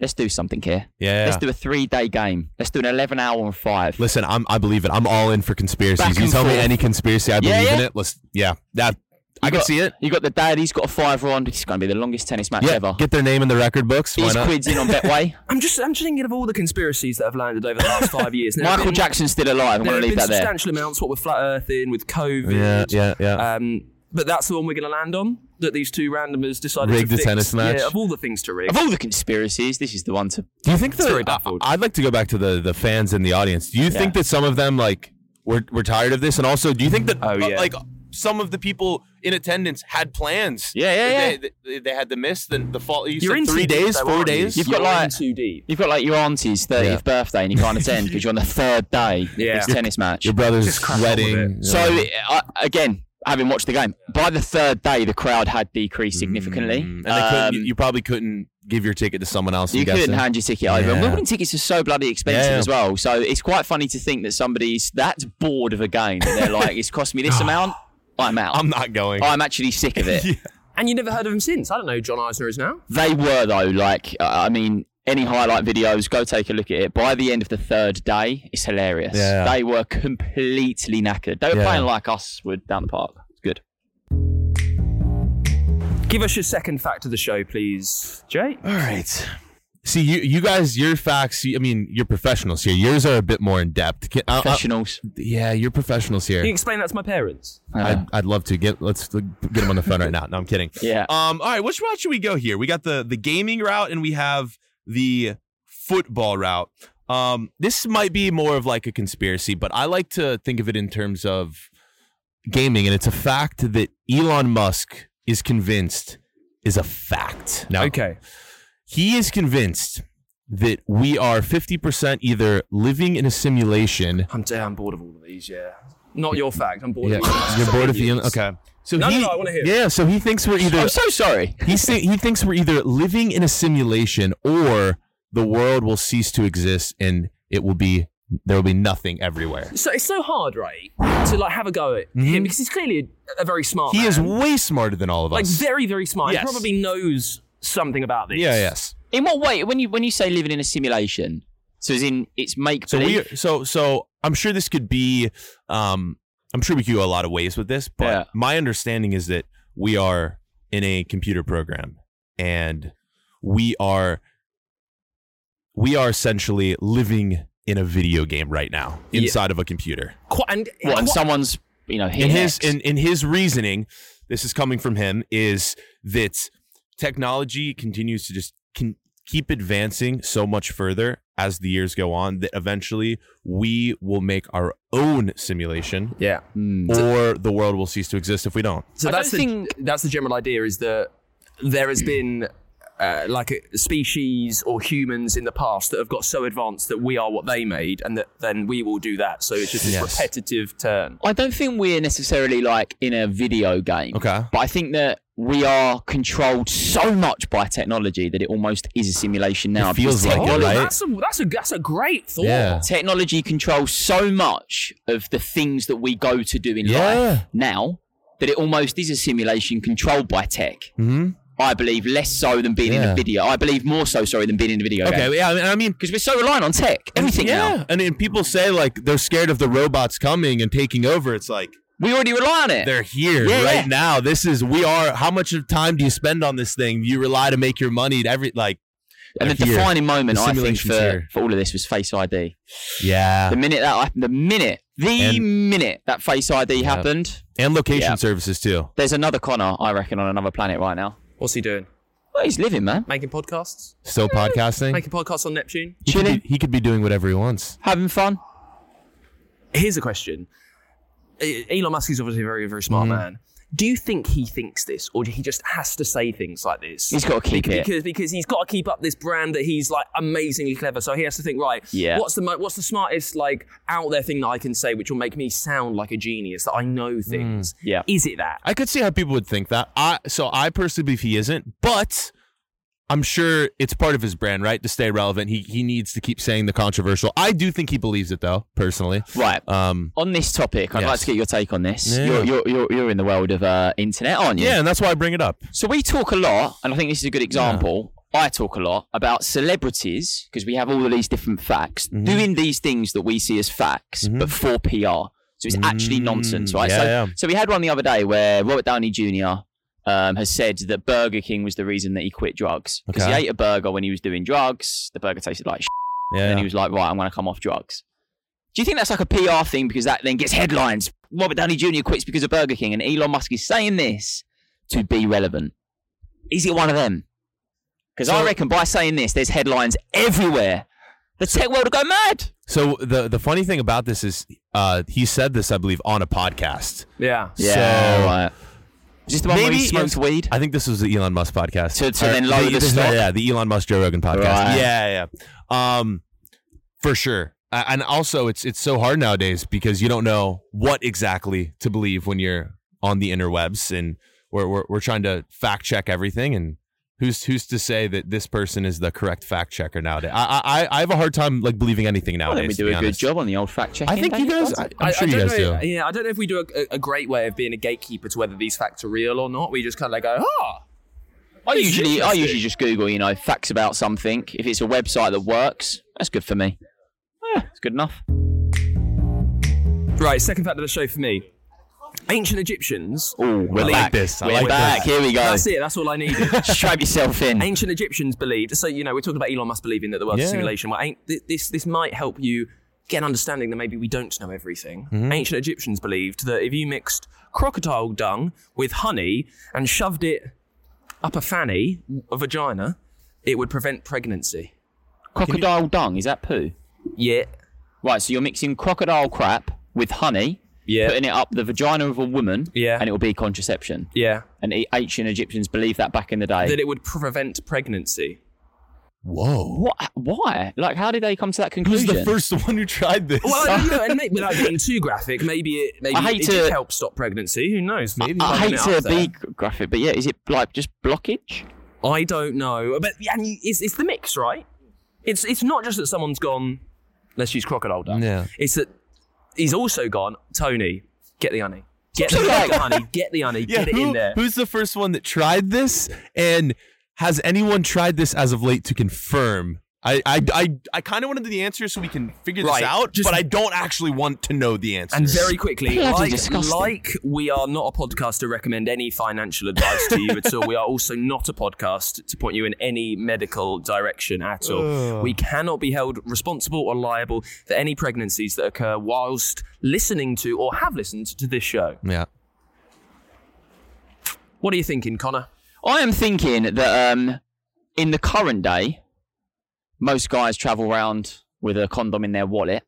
[SPEAKER 2] let's do something here.
[SPEAKER 3] yeah.
[SPEAKER 2] Let's do a three day game. Let's do an eleven hour and five.
[SPEAKER 3] Listen, I'm I believe it. I'm all in for
[SPEAKER 2] Back
[SPEAKER 3] conspiracies. You
[SPEAKER 2] and
[SPEAKER 3] tell me
[SPEAKER 2] forth.
[SPEAKER 3] any conspiracy, I believe
[SPEAKER 2] Yeah,
[SPEAKER 3] in
[SPEAKER 2] yeah.
[SPEAKER 3] it. Let's yeah. That I can
[SPEAKER 2] got-
[SPEAKER 3] see it.
[SPEAKER 2] You got the dad. He's got a five round. It's going to be the longest tennis match
[SPEAKER 3] Yeah,
[SPEAKER 2] ever.
[SPEAKER 3] get their name in the record books. Why
[SPEAKER 2] These
[SPEAKER 3] not?
[SPEAKER 2] quids in on
[SPEAKER 3] [laughs]
[SPEAKER 2] Betway.
[SPEAKER 1] I'm just I'm just thinking of all the conspiracies that have landed over the
[SPEAKER 2] [laughs]
[SPEAKER 1] last five years. There have
[SPEAKER 2] Michael
[SPEAKER 1] been-
[SPEAKER 2] Jackson's still alive. I'm
[SPEAKER 1] There have
[SPEAKER 2] going to leave
[SPEAKER 1] been
[SPEAKER 2] that there.
[SPEAKER 1] substantial amounts. What with flat earthing, with COVID.
[SPEAKER 3] Yeah, yeah,
[SPEAKER 2] Uh,
[SPEAKER 3] yeah.
[SPEAKER 1] Um, but that's the one we're going to land on. That these two randomers decided
[SPEAKER 3] Rigged
[SPEAKER 1] to
[SPEAKER 3] the
[SPEAKER 1] fix.
[SPEAKER 3] tennis match.
[SPEAKER 1] Yeah, of all the things to rig.
[SPEAKER 2] Of all the conspiracies, this is the one to
[SPEAKER 3] do you think
[SPEAKER 1] it's very
[SPEAKER 3] that
[SPEAKER 1] baffled.
[SPEAKER 3] I'd like to go back to the the fans in the audience? Do you think that some of them like were were tired of this? And also, do you think that
[SPEAKER 1] Oh,
[SPEAKER 3] uh,
[SPEAKER 1] yeah.
[SPEAKER 3] like some of the people in attendance had plans?
[SPEAKER 2] Yeah, yeah,
[SPEAKER 3] that
[SPEAKER 2] yeah.
[SPEAKER 3] They, they, they had to miss the the fall. You
[SPEAKER 1] You're
[SPEAKER 3] said
[SPEAKER 1] in
[SPEAKER 3] three
[SPEAKER 1] too deep,
[SPEAKER 3] days,
[SPEAKER 1] though,
[SPEAKER 3] four
[SPEAKER 1] aren't you?
[SPEAKER 3] days.
[SPEAKER 2] You've got
[SPEAKER 1] You're
[SPEAKER 2] like-
[SPEAKER 1] in too deep.
[SPEAKER 2] You've got like your auntie's 30th
[SPEAKER 3] Yeah.
[SPEAKER 2] birthday and you can't attend
[SPEAKER 3] [laughs]
[SPEAKER 2] because you're on the third day of
[SPEAKER 1] Yeah.
[SPEAKER 2] this tennis match.
[SPEAKER 3] Your brother's
[SPEAKER 1] crack on with
[SPEAKER 3] wedding.
[SPEAKER 2] So, I, again, having watched the game, by the third day, the crowd had decreased significantly.
[SPEAKER 3] Mm. and they couldn't,
[SPEAKER 2] Um,
[SPEAKER 3] you probably couldn't give your ticket to someone else.
[SPEAKER 2] you
[SPEAKER 3] I'm
[SPEAKER 2] couldn't
[SPEAKER 3] guessing.
[SPEAKER 2] hand your ticket over. And
[SPEAKER 3] Yeah.
[SPEAKER 2] Wimbledon tickets are so bloody expensive
[SPEAKER 3] Yeah.
[SPEAKER 2] as well. So it's quite funny to think that somebody's that bored of a game. that They're like, it's cost me
[SPEAKER 3] [sighs]
[SPEAKER 2] this amount. I'm out.
[SPEAKER 3] I'm not
[SPEAKER 2] [laughs]
[SPEAKER 3] going.
[SPEAKER 2] I'm actually sick of
[SPEAKER 3] [laughs]
[SPEAKER 2] it.
[SPEAKER 1] And you never heard of him since. I don't know who John Eisner is now.
[SPEAKER 2] They were though. Like uh, I mean, any highlight videos, go take a look at it. By the end of the third day, it's hilarious.
[SPEAKER 3] Yeah.
[SPEAKER 2] They were completely knackered. They were
[SPEAKER 3] Yeah.
[SPEAKER 2] playing like us would down the park. It's good.
[SPEAKER 1] Give us your second fact of the show, please, Jay.
[SPEAKER 3] All right. See, you, you guys, your facts. you- I mean, you're professionals here. Yours are a bit more in depth. Can- I- I-
[SPEAKER 2] Professionals.
[SPEAKER 3] yeah, you're professionals
[SPEAKER 1] Can you
[SPEAKER 3] here.
[SPEAKER 1] explain that to my parents?
[SPEAKER 2] Uh,
[SPEAKER 3] I'd, I'd love to get. Let's get them on the phone right now. No, I'm kidding.
[SPEAKER 2] yeah.
[SPEAKER 3] Um. All right. Which route should we go here? We got the the gaming route, and we have the football route. Um. This might be more of like a conspiracy, but I like to think of it in terms of gaming, and it's a fact that Elon Musk is convinced is a fact. Now,
[SPEAKER 1] Okay.
[SPEAKER 3] he is convinced that we are 50% either living in a simulation.
[SPEAKER 1] I'm, I'm bored of all of these, yeah. Not your fact. I'm bored
[SPEAKER 3] Yeah,
[SPEAKER 1] of yours.
[SPEAKER 3] you're bored of the
[SPEAKER 1] Idiots.
[SPEAKER 3] okay. So
[SPEAKER 1] No, no,
[SPEAKER 3] he,
[SPEAKER 1] no, I wanna hear it.
[SPEAKER 3] Yeah, so he thinks we're [laughs] either
[SPEAKER 2] I'm so sorry.
[SPEAKER 3] he say, he thinks we're either living in a simulation or the world will cease to exist and it will be there will be nothing everywhere.
[SPEAKER 1] So it's so hard, right, to like have a go at him because he's clearly a, a very smart.
[SPEAKER 3] Mm-hmm. He
[SPEAKER 1] Oh, man.
[SPEAKER 3] is way smarter than all of
[SPEAKER 1] like
[SPEAKER 3] us.
[SPEAKER 1] very, very smart.
[SPEAKER 3] Yes.
[SPEAKER 1] He probably knows something about this.
[SPEAKER 3] yeah, yes.
[SPEAKER 2] In what way? When you when you say living in a simulation, so as in it's make
[SPEAKER 3] So we
[SPEAKER 2] believe.
[SPEAKER 3] are, so so I'm sure this could be um I'm sure we could go a lot of ways with this, but
[SPEAKER 2] Yeah.
[SPEAKER 3] my understanding is that we are in a computer program and we are we are essentially living in a video game right now
[SPEAKER 1] Yeah.
[SPEAKER 3] inside of a computer.
[SPEAKER 1] Quite, and,
[SPEAKER 2] what? And
[SPEAKER 1] quite-
[SPEAKER 2] someone's you know
[SPEAKER 3] In
[SPEAKER 2] hit
[SPEAKER 3] his
[SPEAKER 2] X.
[SPEAKER 3] in, in his reasoning, this is coming from him, is that technology continues to just can keep advancing so much further as the years go on that eventually we will make our own simulation
[SPEAKER 1] yeah.
[SPEAKER 3] Hmm.
[SPEAKER 2] Mm.
[SPEAKER 3] or the world will cease to exist if we don't.
[SPEAKER 1] So
[SPEAKER 2] I
[SPEAKER 1] that's the
[SPEAKER 2] don't think-
[SPEAKER 1] that's the general idea is that there has been uh, like a species or humans in the past that have got so advanced that we are what they made, and that then we will do that. So it's just this
[SPEAKER 3] Yes.
[SPEAKER 1] repetitive turn.
[SPEAKER 2] I don't think we're necessarily like in a video game.
[SPEAKER 3] Okay.
[SPEAKER 2] But I think that we are controlled so much by technology that it almost is a simulation now.
[SPEAKER 3] It feels
[SPEAKER 2] because
[SPEAKER 3] like it,
[SPEAKER 2] technology,
[SPEAKER 3] right?
[SPEAKER 1] Oh, that's a that's a that's a great thought.
[SPEAKER 3] Yeah.
[SPEAKER 2] technology controls so much of the things that we go to do in
[SPEAKER 3] Yeah.
[SPEAKER 2] life now that it almost is a simulation controlled by tech.
[SPEAKER 3] Mm-hmm.
[SPEAKER 2] I believe less so than being in
[SPEAKER 3] Yeah.
[SPEAKER 2] a video. I believe more so, sorry, than being in a video
[SPEAKER 3] Okay,
[SPEAKER 2] game.
[SPEAKER 3] yeah, I mean, I mean
[SPEAKER 2] Because we're so reliant on tech, everything
[SPEAKER 3] yeah,
[SPEAKER 2] now.
[SPEAKER 3] and, and people say like they're scared of the robots coming and taking over. It's like
[SPEAKER 2] We already rely on it.
[SPEAKER 3] they're here
[SPEAKER 2] Yeah,
[SPEAKER 3] right
[SPEAKER 2] yeah.
[SPEAKER 3] now. This is we are. How much of time do you spend on this thing? You rely to make your money to every like.
[SPEAKER 2] and the
[SPEAKER 3] they're here.
[SPEAKER 2] defining moment,
[SPEAKER 3] The
[SPEAKER 2] I think,
[SPEAKER 3] simulation's
[SPEAKER 2] for,
[SPEAKER 3] here.
[SPEAKER 2] for all of this was Face ID.
[SPEAKER 3] yeah,
[SPEAKER 2] The minute that I, the minute the
[SPEAKER 3] And-
[SPEAKER 2] minute that Face ID
[SPEAKER 3] Yeah.
[SPEAKER 2] happened,
[SPEAKER 3] and location
[SPEAKER 2] Yeah.
[SPEAKER 3] services too.
[SPEAKER 2] there's another Connor, I reckon, on another planet right now.
[SPEAKER 1] What's he doing?
[SPEAKER 2] Well, he's living, man.
[SPEAKER 1] Making podcasts?
[SPEAKER 3] Still podcasting.
[SPEAKER 1] Making podcasts on Neptune?
[SPEAKER 3] He could,
[SPEAKER 2] Chilling.
[SPEAKER 3] be, he could be doing whatever he wants.
[SPEAKER 2] Having fun.
[SPEAKER 1] Here's a question. E- Elon Musk is obviously a very, very smart man. Do you think he thinks this, or he just has to say things like this?
[SPEAKER 2] He's got to keep it.
[SPEAKER 1] because because he's got to keep up this brand that he's like amazingly clever. So he has to think right.
[SPEAKER 2] Yeah.
[SPEAKER 1] What's the mo- what's the smartest like out there thing that I can say which will make me sound like a genius that I know things.
[SPEAKER 2] Yeah.
[SPEAKER 1] Is it that?
[SPEAKER 3] I could see how people would think that. I so I personally believe he isn't, but I'm sure it's part of his brand, right? To stay relevant, he he needs to keep saying the controversial. I do think he believes it though, personally.
[SPEAKER 2] Right.
[SPEAKER 3] Um,
[SPEAKER 2] on this topic, I'd
[SPEAKER 3] Yes.
[SPEAKER 2] like to get your take on this.
[SPEAKER 3] Yeah.
[SPEAKER 2] You're, you're, you're, you're in the world of uh, internet, aren't you?
[SPEAKER 3] yeah, and that's why I bring it up.
[SPEAKER 2] So we talk a lot, and I think this is a good example. I talk a lot about celebrities because we have all of these different facts
[SPEAKER 3] Mm-hmm.
[SPEAKER 2] doing these things that we see as facts, but for PR. So it's actually nonsense, right?
[SPEAKER 3] yeah,
[SPEAKER 2] so,
[SPEAKER 3] Mm-hmm. Mm, yeah.
[SPEAKER 2] so we had one the other day where Robert Downey Jr. Um, has said that Burger King was the reason that he quit drugs because
[SPEAKER 3] Okay.
[SPEAKER 2] he ate a burger when he was doing drugs. The burger tasted like shit, and
[SPEAKER 3] Yeah,
[SPEAKER 2] then he was like, "Right, I'm going to come off drugs." Do you think that's like a PR thing because that then gets headlines? Robert Downey Jr. quits because of Burger King, and Elon Musk is saying this to be relevant. Is it one of them? Because I
[SPEAKER 3] So-
[SPEAKER 2] reckon by saying this, there's headlines everywhere. The tech world will go mad.
[SPEAKER 3] So the the funny thing about this is, uh, he said this, I believe, on a podcast.
[SPEAKER 1] Yeah.
[SPEAKER 3] So-
[SPEAKER 2] right. Is this the one where he smoked weed?
[SPEAKER 3] I think this was the Elon Musk podcast.
[SPEAKER 2] To- to
[SPEAKER 3] Or
[SPEAKER 2] then lower the
[SPEAKER 3] this is
[SPEAKER 2] stock?
[SPEAKER 3] yeah, the Elon Musk Joe Rogan podcast.
[SPEAKER 2] Right.
[SPEAKER 3] Yeah, yeah. Um, for sure. Uh, and also, it's it's so hard nowadays because you don't know what exactly to believe when you're on the interwebs, and we're we're, we're trying to fact check everything. And who's who's to say that this person is the correct fact checker nowadays? I I- I, I have a hard time like believing anything
[SPEAKER 2] I
[SPEAKER 3] nowadays.
[SPEAKER 2] think we
[SPEAKER 3] to
[SPEAKER 2] do
[SPEAKER 3] be
[SPEAKER 2] a good
[SPEAKER 3] honest.
[SPEAKER 2] job on the old fact checking.
[SPEAKER 3] I think
[SPEAKER 2] don't
[SPEAKER 3] you guys. I, I'm
[SPEAKER 1] I
[SPEAKER 3] sure you
[SPEAKER 1] don't
[SPEAKER 3] guys
[SPEAKER 1] know,
[SPEAKER 3] do.
[SPEAKER 1] Yeah, I don't know if we do a, a, a great way of being a gatekeeper to whether these facts are real or not. We just kind of like go, ah.
[SPEAKER 2] I usually I usually just Google, you know, facts about something. If it's a website that works, that's good for me. Yeah, it's good enough.
[SPEAKER 1] Right, second fact of the show for me. Ancient Egyptians.
[SPEAKER 2] Oh, we're
[SPEAKER 1] like
[SPEAKER 2] back.
[SPEAKER 3] this. I
[SPEAKER 2] We're
[SPEAKER 3] like this.
[SPEAKER 2] back. Here we go.
[SPEAKER 1] That's it. That's all I
[SPEAKER 2] [laughs]
[SPEAKER 1] needed.
[SPEAKER 2] Strap yourself in.
[SPEAKER 1] ancient Egyptians believed. So you know, we're talking about Elon Musk believing that the world's a
[SPEAKER 3] Yeah.
[SPEAKER 1] simulation. Well, ain't, thi- this this might help you get an understanding that maybe we don't know everything.
[SPEAKER 2] Mm-hmm.
[SPEAKER 1] Ancient Egyptians believed that if you mixed crocodile dung with honey and shoved it up a fanny, a vagina, it would prevent pregnancy.
[SPEAKER 2] Crocodile dung, is that poo?
[SPEAKER 1] Yeah,
[SPEAKER 2] Right, so you're mixing crocodile crap with honey,
[SPEAKER 1] yeah,
[SPEAKER 2] putting it up the vagina of a woman,
[SPEAKER 1] Yeah.
[SPEAKER 2] and it'll be contraception.
[SPEAKER 1] yeah.
[SPEAKER 2] And the ancient Egyptians believed that back in the day.
[SPEAKER 1] That it would prevent pregnancy.
[SPEAKER 3] Whoa.
[SPEAKER 2] what? Why? Like, how did they come to that
[SPEAKER 3] Who's
[SPEAKER 2] conclusion?
[SPEAKER 3] the first one who tried this?
[SPEAKER 2] [laughs]
[SPEAKER 1] Well, you know, and maybe without being too graphic, maybe it maybe
[SPEAKER 2] I hate
[SPEAKER 1] it did
[SPEAKER 2] to-
[SPEAKER 1] help stop pregnancy. Who knows? Maybe
[SPEAKER 2] I
[SPEAKER 1] I'm
[SPEAKER 2] hate
[SPEAKER 1] putting it
[SPEAKER 2] to
[SPEAKER 1] up there.
[SPEAKER 2] be g- graphic, but yeah, is it like just blockage?
[SPEAKER 1] I don't know, but and you, it's, it's the mix, right? It's it's not just that someone's gone. Let's use crocodile dung.
[SPEAKER 3] Yeah.
[SPEAKER 1] It's that he's also gone. Tony, get the honey.
[SPEAKER 3] [laughs]
[SPEAKER 1] Get
[SPEAKER 2] So
[SPEAKER 1] the,
[SPEAKER 2] like-
[SPEAKER 1] get the honey. Get the honey. get it
[SPEAKER 3] who-
[SPEAKER 1] in there.
[SPEAKER 3] Who's the first one that tried this? And has anyone tried this as of late to confirm? I I I, I kind of wanted the answer so we can figure
[SPEAKER 1] Right,
[SPEAKER 3] this out,
[SPEAKER 1] just-
[SPEAKER 3] but I don't actually want to know the answer.
[SPEAKER 1] and very quickly,
[SPEAKER 2] Bloody
[SPEAKER 1] like,
[SPEAKER 2] disgusting.
[SPEAKER 1] like we are not a podcast to recommend any financial advice to you at all, we are also not a podcast to point you in any medical direction at all. We cannot be held responsible or liable for any pregnancies that occur whilst listening to or have listened to this show.
[SPEAKER 3] yeah.
[SPEAKER 1] What are you thinking, Connor?
[SPEAKER 2] I am thinking that um, in the current day, most guys travel around with a condom in their wallet.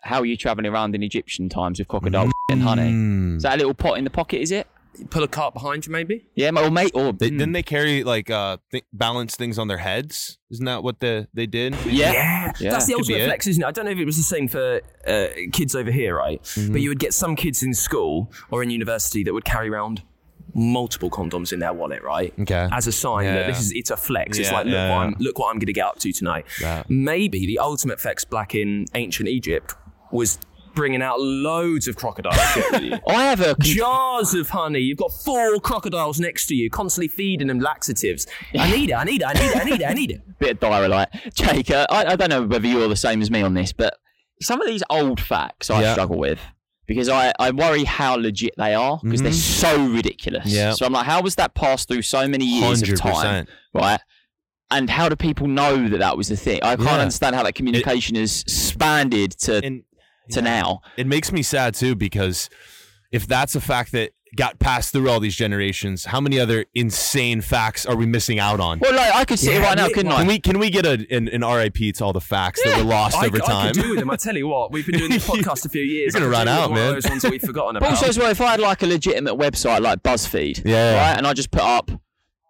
[SPEAKER 2] How are you traveling around in Egyptian times with crocodile
[SPEAKER 3] Mm.
[SPEAKER 2] and honey? Is that a little pot in the pocket? Is it?
[SPEAKER 1] Pull a cart behind you, maybe?
[SPEAKER 2] Yeah, my- or mate, or
[SPEAKER 1] Hmm.
[SPEAKER 3] They, Then they carry like uh th- balance things on their heads. Isn't that what the they did?
[SPEAKER 2] yeah. Yeah.
[SPEAKER 1] That's the
[SPEAKER 3] Could be
[SPEAKER 1] ultimate
[SPEAKER 3] it.
[SPEAKER 1] flex, isn't it? I don't know if it was the same for uh, kids over here, right?
[SPEAKER 3] Mm-hmm.
[SPEAKER 1] But you would get some kids in school or in university that would carry around multiple condoms in their wallet, right?
[SPEAKER 3] Okay.
[SPEAKER 1] As a sign
[SPEAKER 3] Yeah,
[SPEAKER 1] that this
[SPEAKER 3] yeah.
[SPEAKER 1] is it's a flex. it's
[SPEAKER 3] Yeah,
[SPEAKER 1] like look
[SPEAKER 3] yeah,
[SPEAKER 1] what
[SPEAKER 3] yeah.
[SPEAKER 1] I'm look what I'm going to get up to tonight.
[SPEAKER 3] Right.
[SPEAKER 1] Maybe the ultimate flex back in ancient Egypt was bringing out loads of crocodile shit with you.
[SPEAKER 2] I have a. con-
[SPEAKER 1] Jars of honey. You've got four crocodiles next to you, constantly feeding them laxatives. I need it. I need it. I need it. I need it. I need
[SPEAKER 3] [laughs]
[SPEAKER 1] it.
[SPEAKER 2] bit of diarrhea. [laughs] Jake, uh, I, I don't know whether you're the same as me on this, but some of these old facts I
[SPEAKER 3] Yeah.
[SPEAKER 2] struggle with because I, I worry how legit they are because they're so ridiculous.
[SPEAKER 3] Mm-hmm. Yeah.
[SPEAKER 2] So I'm like, how was that passed through so many years of time?
[SPEAKER 3] 100%.
[SPEAKER 2] Right. And how do people know that that was the thing? I can't
[SPEAKER 3] Yeah.
[SPEAKER 2] understand how that communication has expanded to,
[SPEAKER 3] And
[SPEAKER 2] to now.
[SPEAKER 3] it makes me sad too because if that's a fact that got passed through all these generations, how many other insane facts are we missing out on?
[SPEAKER 2] Well, like, I could sit here right now, couldn't I?
[SPEAKER 3] Can we can we get a, an, an RIP to all the facts that were lost
[SPEAKER 2] Oh,
[SPEAKER 1] I,
[SPEAKER 3] over
[SPEAKER 1] I
[SPEAKER 3] time?
[SPEAKER 1] could do with them. I tell you what, we've been doing this podcast a few years.
[SPEAKER 3] [laughs] You're gonna
[SPEAKER 1] I could
[SPEAKER 3] run
[SPEAKER 1] do with
[SPEAKER 3] out,
[SPEAKER 1] one of
[SPEAKER 3] man.
[SPEAKER 1] Those ones that we've forgotten
[SPEAKER 2] But
[SPEAKER 1] about.
[SPEAKER 2] also, as well, if I had like a legitimate website like BuzzFeed,
[SPEAKER 3] Yeah.
[SPEAKER 2] right, and I just put up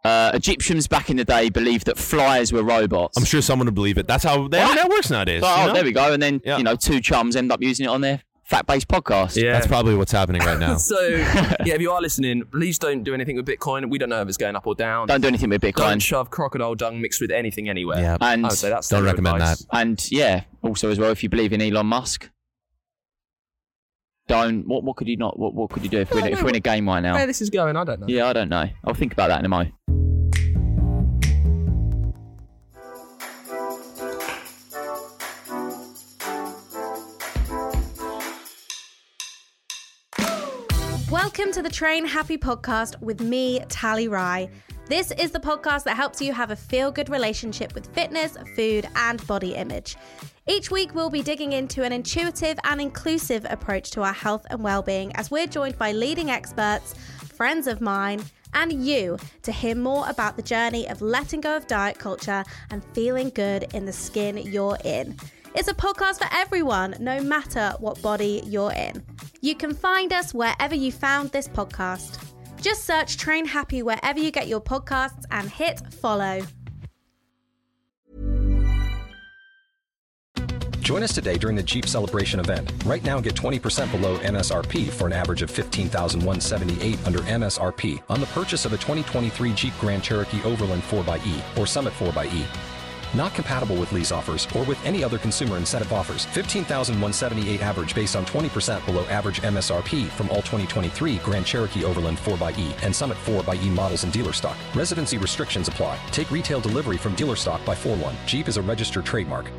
[SPEAKER 2] uh, Egyptians back in the day believed that flies were robots.
[SPEAKER 3] I'm sure someone would believe it. That's how the internet works nowadays.
[SPEAKER 2] So,
[SPEAKER 3] you
[SPEAKER 2] oh,
[SPEAKER 3] know?
[SPEAKER 2] there we go. And then,
[SPEAKER 3] Yeah.
[SPEAKER 2] you know, two chums end up using it on their fat based podcast.
[SPEAKER 1] yeah.
[SPEAKER 3] That's probably what's happening
[SPEAKER 2] [laughs]
[SPEAKER 3] right now. [laughs]
[SPEAKER 1] so yeah, if you are listening, please don't do anything with Bitcoin. We don't know if it's going up or down.
[SPEAKER 2] Don't do anything with
[SPEAKER 1] Don't
[SPEAKER 2] Bitcoin.
[SPEAKER 1] shove crocodile dung mixed with anything anywhere.
[SPEAKER 3] Yeah.
[SPEAKER 2] And-
[SPEAKER 1] I would say that's
[SPEAKER 3] Don't
[SPEAKER 1] the
[SPEAKER 3] recommend
[SPEAKER 1] advice.
[SPEAKER 3] that.
[SPEAKER 2] and yeah, also as well, if you believe in Elon Musk, don't. What, what could you not? What, what could you do if, we're, in- if we're in a game right now?
[SPEAKER 1] Where this is going, I don't know.
[SPEAKER 2] Yeah, I don't know. I'll think about that in a moment.
[SPEAKER 6] Welcome to the Train Happy podcast with me, Tally Rye. This is the podcast that helps you have a feel good relationship with fitness, food, and body image. Each week, we'll be digging into an intuitive and inclusive approach to our health and well being as we're joined by leading experts, friends of mine, and you to hear more about the journey of letting go of diet culture and feeling good in the skin you're in. It's a podcast for everyone, no matter what body you're in. You can find us wherever you found this podcast. Just search Train Happy wherever you get your podcasts and hit follow.
[SPEAKER 7] Join us today during the Jeep Celebration event. Right now, get 20% below MSRP for an average of 15178 under MSRP on the purchase of a 2023 Jeep Grand Cherokee Overland 4xE or Summit 4xE. Not compatible with lease offers or with any other consumer incentive offers. 15,178 average based on 20% below average MSRP from all 2023 Grand Cherokee Overland 4xE and Summit 4xE models in dealer stock. Residency restrictions apply. Take retail delivery from dealer stock by 4 1. Jeep is a registered trademark.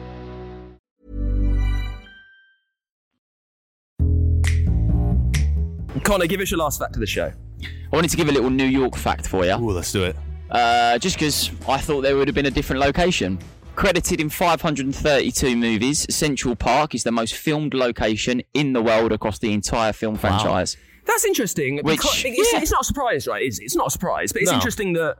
[SPEAKER 1] Connor, give us your last fact of the show.
[SPEAKER 2] I wanted to give a little New York fact for you.
[SPEAKER 3] Ooh, let's do it.
[SPEAKER 2] uh, just because I thought there would have been a different location. Credited in 532 movies, Central Park is the most filmed location in the world across the entire film franchise.
[SPEAKER 1] That's interesting.
[SPEAKER 2] Which-
[SPEAKER 1] because it's,
[SPEAKER 2] yeah.
[SPEAKER 1] it's not a surprise, right? It's, it's not a surprise, but it's
[SPEAKER 3] No.
[SPEAKER 1] interesting that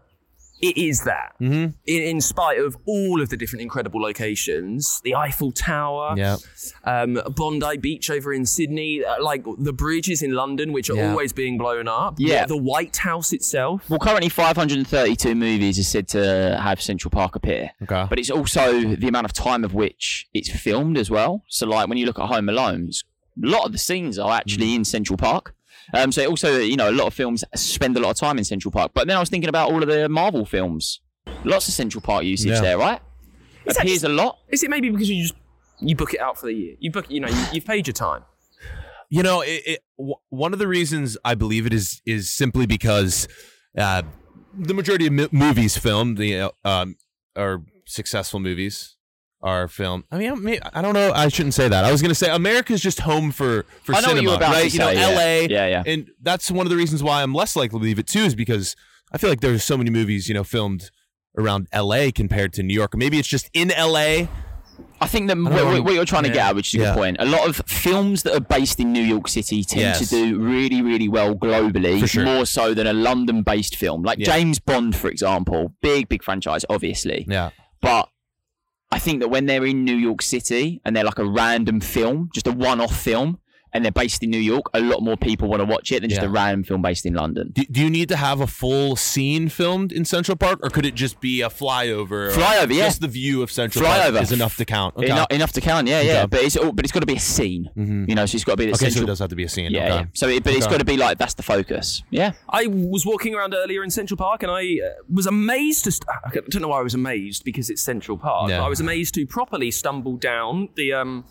[SPEAKER 1] it is that. Mm-hmm. In, in spite of all of the different incredible locations, the Eiffel Tower,
[SPEAKER 3] Yeah.
[SPEAKER 1] um, Bondi Beach over in Sydney, uh, like the bridges in London, which are
[SPEAKER 3] Yeah.
[SPEAKER 1] always being blown up.
[SPEAKER 2] Yeah.
[SPEAKER 1] The, the White House itself.
[SPEAKER 2] Well, currently 532 movies are said to have Central Park appear.
[SPEAKER 3] Okay.
[SPEAKER 2] But it's also the amount of time of which it's filmed as well. So, like when you look at Home Alone, it's- a lot of the scenes are actually
[SPEAKER 3] Mm.
[SPEAKER 2] in Central Park. Um, so, it also, you know, a lot of films spend a lot of time in Central Park. But then I was thinking about all of the Marvel films. Lots of Central Park usage
[SPEAKER 3] Yeah.
[SPEAKER 2] there, right?
[SPEAKER 1] Is that
[SPEAKER 2] Appears
[SPEAKER 1] just-
[SPEAKER 2] a lot.
[SPEAKER 1] Is it maybe because you just you book it out for the year? You book, you know, you, you've paid your time.
[SPEAKER 3] You know, it, it, w- one of the reasons I believe it is is simply because uh, the majority of m- movies filmed the uh, um, are successful movies are filmed. I mean, I mean, I don't know. I shouldn't say that. I was going to say America's just home for for
[SPEAKER 2] I know what
[SPEAKER 3] cinema,
[SPEAKER 2] you were about to
[SPEAKER 3] right? you know,
[SPEAKER 2] say, yeah.
[SPEAKER 3] L.A.
[SPEAKER 2] Yeah, yeah.
[SPEAKER 3] And that's one of the reasons why I'm less likely to believe it too is because I feel like there's so many movies you know filmed around L.A. compared to New York. Maybe it's just in L.A.
[SPEAKER 2] I think that what,
[SPEAKER 3] know.
[SPEAKER 2] what- what you're trying to get
[SPEAKER 3] Yeah.
[SPEAKER 2] at, which is a
[SPEAKER 3] Yeah.
[SPEAKER 2] good point, a lot of films that are based in New York City tend to
[SPEAKER 3] Yes.
[SPEAKER 2] do really, really well globally,
[SPEAKER 3] For sure.
[SPEAKER 2] more so than a London-based film. Like
[SPEAKER 3] Yeah.
[SPEAKER 2] James Bond, for example, big, big franchise, obviously.
[SPEAKER 3] Yeah.
[SPEAKER 2] But I think that when they're in New York City and they're like a random film, just a one-off film, and they're based in New York, a lot more people want to watch it than just
[SPEAKER 3] Yeah.
[SPEAKER 2] a random film based in London.
[SPEAKER 3] Do, do you need to have a full scene filmed in Central Park, or could it just be a flyover? or
[SPEAKER 2] Flyover, yeah.
[SPEAKER 3] Just the view of Central
[SPEAKER 2] Flyover.
[SPEAKER 3] Park is enough to count. Okay,
[SPEAKER 2] Enough, enough to count, yeah, yeah.
[SPEAKER 3] Okay. Mm-hmm.
[SPEAKER 2] But it's all, but it's got to be a scene, you know. So it's got to be the
[SPEAKER 3] okay so
[SPEAKER 2] central.
[SPEAKER 3] it does have to be a scene.
[SPEAKER 2] yeah,
[SPEAKER 3] okay.
[SPEAKER 2] yeah. So, it, but it's
[SPEAKER 3] Okay.
[SPEAKER 2] got to be like that's the focus. Yeah.
[SPEAKER 1] I was walking around earlier in Central Park and I uh, was amazed to. St- I don't know why I was amazed because it's Central Park.
[SPEAKER 3] Yeah.
[SPEAKER 1] But I was amazed to properly stumble down the um,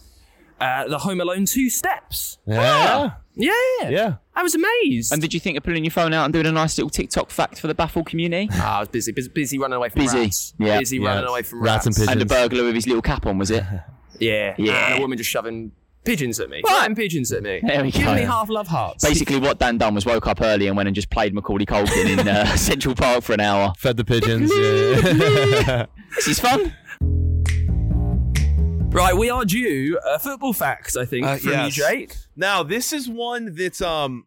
[SPEAKER 1] uh, the Home Alone 2 steps.
[SPEAKER 2] Yeah.
[SPEAKER 1] Yeah.
[SPEAKER 3] Yeah.
[SPEAKER 1] I was amazed.
[SPEAKER 2] And did you think of pulling your phone out and doing a nice little TikTok fact for the baffled
[SPEAKER 3] [laughs]
[SPEAKER 2] community?
[SPEAKER 1] Ah, I was busy, busy, busy running away from
[SPEAKER 2] Busy.
[SPEAKER 1] rats.
[SPEAKER 2] Yeah.
[SPEAKER 1] Busy
[SPEAKER 2] Yeah.
[SPEAKER 1] running away from
[SPEAKER 3] Rats
[SPEAKER 1] rats.
[SPEAKER 2] And
[SPEAKER 3] and
[SPEAKER 2] a
[SPEAKER 3] Pigeons.
[SPEAKER 2] burglar with his little cap on, was
[SPEAKER 3] [laughs]
[SPEAKER 2] it?
[SPEAKER 1] Yeah.
[SPEAKER 2] Yeah.
[SPEAKER 1] And a woman just shoving pigeons at me. Shoving pigeons at me.
[SPEAKER 2] There we
[SPEAKER 1] Give
[SPEAKER 2] go.
[SPEAKER 1] me half love hearts.
[SPEAKER 2] Basically, what Dan done was woke up early and went and just played Macaulay Culkin in
[SPEAKER 3] [laughs]
[SPEAKER 2] uh, Central Park for an hour.
[SPEAKER 3] Fed
[SPEAKER 2] [laughs]
[SPEAKER 3] the pigeons. yeah.
[SPEAKER 2] This is fun.
[SPEAKER 1] Right, we are due a football fact, I think,
[SPEAKER 3] Uh,
[SPEAKER 1] from
[SPEAKER 3] yes.
[SPEAKER 1] you, Jake.
[SPEAKER 3] Now this is one that's um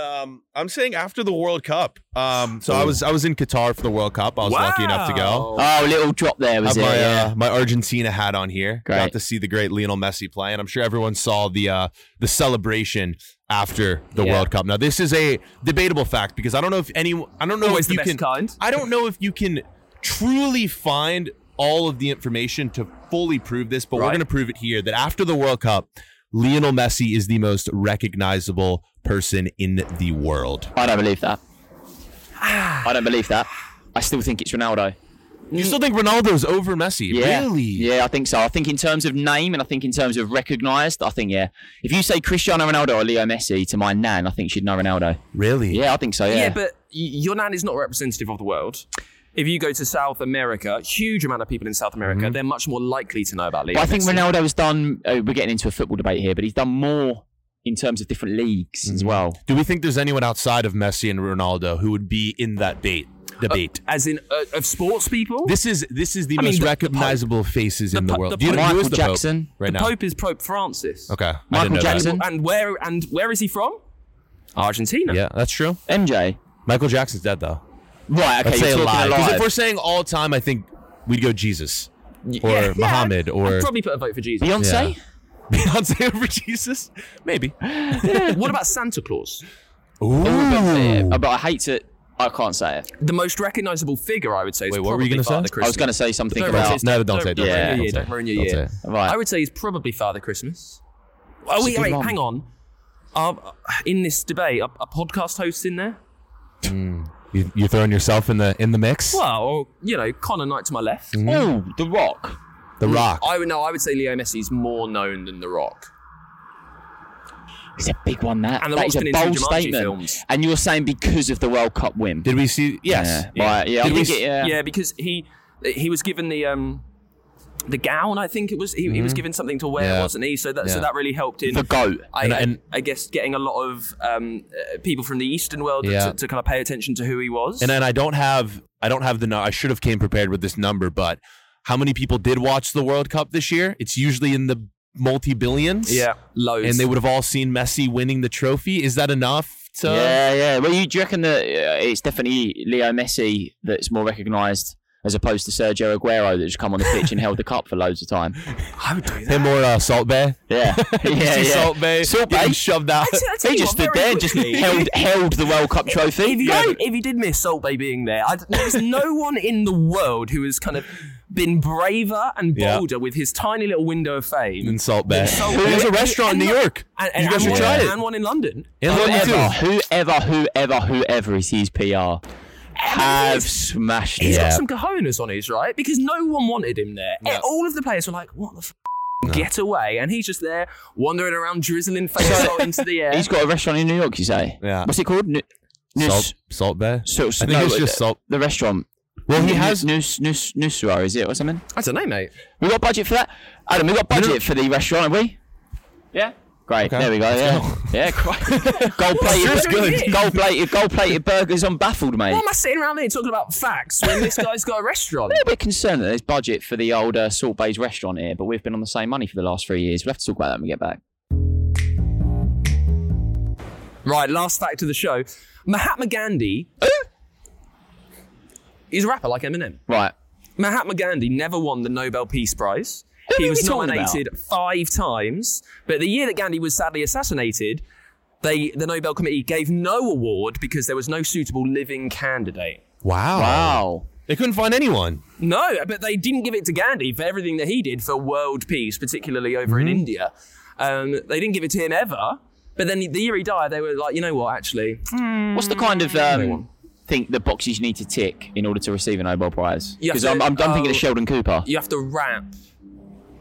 [SPEAKER 3] um I'm saying after the World Cup. Um so I was I was in Qatar for the World Cup. I was lucky enough to go.
[SPEAKER 1] Wow.
[SPEAKER 2] Oh, little drop there, was
[SPEAKER 3] Have
[SPEAKER 2] it?
[SPEAKER 3] my
[SPEAKER 2] yeah.
[SPEAKER 3] uh, my Argentina hat on here.
[SPEAKER 2] Great.
[SPEAKER 3] Got to see the great Lionel Messi play, and I'm sure everyone saw the uh, the celebration after the
[SPEAKER 2] Yeah.
[SPEAKER 3] World Cup. Now this is a debatable fact because I don't know if any I don't
[SPEAKER 2] Uh,
[SPEAKER 3] know
[SPEAKER 1] Always
[SPEAKER 3] if
[SPEAKER 1] the
[SPEAKER 3] you
[SPEAKER 1] best
[SPEAKER 3] can
[SPEAKER 1] kind.
[SPEAKER 3] I don't know if you can truly find all of the information to fully prove this, but we're
[SPEAKER 1] Right.
[SPEAKER 3] going to prove it here that after the World Cup, Lionel Messi is the most recognizable person in the world.
[SPEAKER 2] I don't believe
[SPEAKER 3] [sighs]
[SPEAKER 2] that. I don't believe that. I still think it's Ronaldo.
[SPEAKER 3] You still think Ronaldo's over Messi?
[SPEAKER 2] Mm. Yeah.
[SPEAKER 3] Really?
[SPEAKER 2] Yeah, I think so. I think in terms of name and I think in terms of recognised, I think, yeah. If you say Cristiano Ronaldo or Leo Messi to my nan, I think she'd know Ronaldo.
[SPEAKER 3] Really?
[SPEAKER 2] Yeah, I think so, yeah.
[SPEAKER 1] Yeah, but y- your nan is not representative of the world. If you go to South America, huge amount of people in South America, they're much more likely to know about Leo
[SPEAKER 2] But I think
[SPEAKER 1] Messi.
[SPEAKER 2] Ronaldo has done, uh, we're getting into a football debate here, but he's done more in terms of different leagues as
[SPEAKER 1] Mm.
[SPEAKER 2] well.
[SPEAKER 3] Do we think there's anyone outside of Messi and Ronaldo who would be in that bait, debate?
[SPEAKER 1] As in, uh, of sports people?
[SPEAKER 3] this is this is the
[SPEAKER 1] I mean,
[SPEAKER 3] most
[SPEAKER 1] the- the Pope-
[SPEAKER 3] recognizable faces in
[SPEAKER 1] the
[SPEAKER 3] the
[SPEAKER 1] Po-
[SPEAKER 3] world.
[SPEAKER 1] the
[SPEAKER 3] Do you know
[SPEAKER 2] Pope-
[SPEAKER 3] who is
[SPEAKER 2] Michael
[SPEAKER 3] the Pope
[SPEAKER 2] Jackson.
[SPEAKER 3] right
[SPEAKER 1] the
[SPEAKER 3] now?
[SPEAKER 1] Pope is Pope Francis.
[SPEAKER 3] Okay, I didn't
[SPEAKER 2] Michael
[SPEAKER 3] know that.
[SPEAKER 2] Jackson.
[SPEAKER 1] And, and where and where is he from? Argentina.
[SPEAKER 3] Yeah, that's true.
[SPEAKER 2] MJ.
[SPEAKER 3] Michael Jackson's dead though.
[SPEAKER 2] Right, okay,
[SPEAKER 3] I'd say
[SPEAKER 2] you're talking
[SPEAKER 3] alive. Because
[SPEAKER 2] alive.
[SPEAKER 3] if we're saying all time, I think we'd go Jesus
[SPEAKER 1] Y-
[SPEAKER 3] or
[SPEAKER 1] yeah, yeah,
[SPEAKER 3] Muhammad
[SPEAKER 1] I'd-
[SPEAKER 3] or
[SPEAKER 1] I'd
[SPEAKER 3] [laughs]
[SPEAKER 1] probably put a vote for Jesus.
[SPEAKER 2] Beyonce?
[SPEAKER 3] Yeah. Beyonce over Jesus. Maybe.
[SPEAKER 1] what about Santa Claus?
[SPEAKER 2] Ooh. Uh, But I hate to. I can't say it.
[SPEAKER 1] The most recognizable figure, I would say. Is
[SPEAKER 3] Wait, what were you
[SPEAKER 1] going
[SPEAKER 3] gonna
[SPEAKER 1] to
[SPEAKER 3] say?
[SPEAKER 2] I was going to say something
[SPEAKER 1] Don't
[SPEAKER 2] about.
[SPEAKER 1] racist.
[SPEAKER 3] No, don't say
[SPEAKER 1] Don't, ruin
[SPEAKER 2] say it,
[SPEAKER 3] it, don't
[SPEAKER 2] don't
[SPEAKER 1] your year.
[SPEAKER 3] say it,
[SPEAKER 1] Don't ruin your
[SPEAKER 3] don't
[SPEAKER 1] year.
[SPEAKER 3] say
[SPEAKER 2] Right.
[SPEAKER 1] I would say he's probably Father Christmas.
[SPEAKER 2] It's
[SPEAKER 1] Oh
[SPEAKER 2] a
[SPEAKER 1] wait,
[SPEAKER 2] good
[SPEAKER 1] wait,
[SPEAKER 2] one.
[SPEAKER 1] hang on. Um, in this debate, a, a podcast host in there?
[SPEAKER 3] You, you're throwing yourself in the in the mix.
[SPEAKER 1] Well, you know, Connor Knight to my left.
[SPEAKER 3] Mm-hmm.
[SPEAKER 2] Oh, The Rock.
[SPEAKER 3] The Rock.
[SPEAKER 1] I would no, I would say Leo Messi's more known than The Rock.
[SPEAKER 2] It's a big one, that.
[SPEAKER 1] And The
[SPEAKER 2] that
[SPEAKER 1] Rock's
[SPEAKER 2] is
[SPEAKER 1] been
[SPEAKER 2] a
[SPEAKER 1] in some
[SPEAKER 2] bold
[SPEAKER 1] Jumanji
[SPEAKER 2] statement.
[SPEAKER 1] films.
[SPEAKER 2] And you're saying because of the World Cup win.
[SPEAKER 3] Did we see? Yes.
[SPEAKER 2] Yeah. Right, yeah, I
[SPEAKER 3] Did we
[SPEAKER 2] think it, yeah.
[SPEAKER 1] because he he was given the um the gown. I think it was he, he was given something to wear,
[SPEAKER 3] Mm-hmm. Yeah.
[SPEAKER 1] wasn't he? So that so
[SPEAKER 3] Yeah.
[SPEAKER 1] that really helped in
[SPEAKER 2] The goat.
[SPEAKER 1] I,
[SPEAKER 3] And-
[SPEAKER 1] I-
[SPEAKER 3] and-
[SPEAKER 1] I, guess getting a lot of um, uh, people from the Eastern world
[SPEAKER 3] Yeah.
[SPEAKER 1] to, to kind of pay attention to who he was.
[SPEAKER 3] And then I don't have I don't have the nu- I should have came prepared with this number, but how many people did watch the World Cup this year? It's usually in the multi billions.
[SPEAKER 1] yeah, loads.
[SPEAKER 3] And they would have all seen Messi winning the trophy. Is that enough to
[SPEAKER 2] yeah, yeah. Well, you, do you reckon that uh, it's definitely Leo Messi that's more recognised as opposed to Sergio Aguero that's come on the pitch and held the cup for loads
[SPEAKER 1] [laughs]
[SPEAKER 2] of time?
[SPEAKER 1] I would do that.
[SPEAKER 3] him or uh,
[SPEAKER 1] [laughs]
[SPEAKER 3] Salt Bay?
[SPEAKER 2] Yeah, yeah,
[SPEAKER 3] [laughs] You see
[SPEAKER 2] yeah.
[SPEAKER 3] Salt Bay
[SPEAKER 2] Salt
[SPEAKER 3] getting
[SPEAKER 2] Bae?
[SPEAKER 3] shoved out.
[SPEAKER 1] I tell- I tell
[SPEAKER 2] He
[SPEAKER 1] you
[SPEAKER 2] just
[SPEAKER 1] what,
[SPEAKER 2] stood
[SPEAKER 1] very
[SPEAKER 2] there and just
[SPEAKER 1] quickly-
[SPEAKER 2] held held the World Cup trophy.
[SPEAKER 1] If you,
[SPEAKER 2] Great.
[SPEAKER 1] if you did miss Salt Bay being there, I, there's
[SPEAKER 3] [laughs]
[SPEAKER 1] no one in the world who has kind of been braver and
[SPEAKER 3] Yeah.
[SPEAKER 1] bolder with his tiny little window of fame.
[SPEAKER 3] In Salt Bay.
[SPEAKER 1] Salt Bae.
[SPEAKER 3] There's a restaurant in
[SPEAKER 1] And
[SPEAKER 3] New
[SPEAKER 1] look-
[SPEAKER 3] York.
[SPEAKER 1] And, and,
[SPEAKER 3] you guys
[SPEAKER 1] and
[SPEAKER 3] should
[SPEAKER 1] one,
[SPEAKER 3] try it.
[SPEAKER 1] And one in London.
[SPEAKER 3] In London too.
[SPEAKER 2] whoever, whoever, whoever, whoever is his PR have smashed
[SPEAKER 1] He's
[SPEAKER 2] it.
[SPEAKER 1] got some cojones on his, right? Because no one wanted him there.
[SPEAKER 3] Yeah.
[SPEAKER 1] All of the players were like, what the f? Get away. And he's just there wandering around,
[SPEAKER 3] [laughs]
[SPEAKER 1] drizzling face
[SPEAKER 2] So-
[SPEAKER 1] salt into the air.
[SPEAKER 2] He's got a restaurant in New York. You say?
[SPEAKER 3] Yeah.
[SPEAKER 2] What's it called? New, Nus-
[SPEAKER 3] Salt, Salt Bay.
[SPEAKER 2] So,
[SPEAKER 3] I think
[SPEAKER 2] no,
[SPEAKER 3] it's just Salt.
[SPEAKER 2] The restaurant.
[SPEAKER 3] Well, he has.
[SPEAKER 2] Nus, Nus, Nusra, is it or something?
[SPEAKER 1] I don't know, mate.
[SPEAKER 2] We got budget for that, Adam. We got budget for the restaurant, have we? Yeah. Great.
[SPEAKER 3] Okay,
[SPEAKER 2] There we go. Yeah.
[SPEAKER 3] let's go.
[SPEAKER 2] Yeah.
[SPEAKER 3] [laughs]
[SPEAKER 2] Quite. gold plated.
[SPEAKER 1] That's good.
[SPEAKER 2] Gold plated. Gold plated burgers on baffled, mate.
[SPEAKER 1] Why
[SPEAKER 2] I'm
[SPEAKER 1] am I sitting around here talking about facts when this guy's got a
[SPEAKER 3] [laughs]
[SPEAKER 1] restaurant?
[SPEAKER 2] a bit concerned that there's budget for the old uh, Salt Bay's restaurant here, but we've been on the same money for the last three years. We'll have to talk about that when we get back.
[SPEAKER 1] Right, last fact of the show. Mahatma Gandhi. he's a rapper like Eminem.
[SPEAKER 2] Right.
[SPEAKER 1] Mahatma Gandhi never won the Nobel Peace Prize.
[SPEAKER 2] Who
[SPEAKER 1] he
[SPEAKER 2] are
[SPEAKER 1] was
[SPEAKER 2] we talking
[SPEAKER 1] nominated five times, but the year that Gandhi was sadly assassinated, they the Nobel Committee gave no award because there was no suitable living candidate.
[SPEAKER 3] Wow.
[SPEAKER 2] Wow.
[SPEAKER 3] They couldn't find anyone.
[SPEAKER 1] No, but they didn't give it to Gandhi for everything that he did for world peace, particularly over
[SPEAKER 2] Mm-hmm.
[SPEAKER 1] in India. Um, they didn't give it to him ever. But then the year he died, they were like, you know what, actually,
[SPEAKER 2] What's the kind of um, think the boxes you need to tick in order to receive a Nobel Prize?
[SPEAKER 1] You have
[SPEAKER 2] Because I'm,
[SPEAKER 1] to-
[SPEAKER 2] I'm, I'm thinking
[SPEAKER 1] oh.
[SPEAKER 2] of Sheldon Cooper.
[SPEAKER 1] you have to rap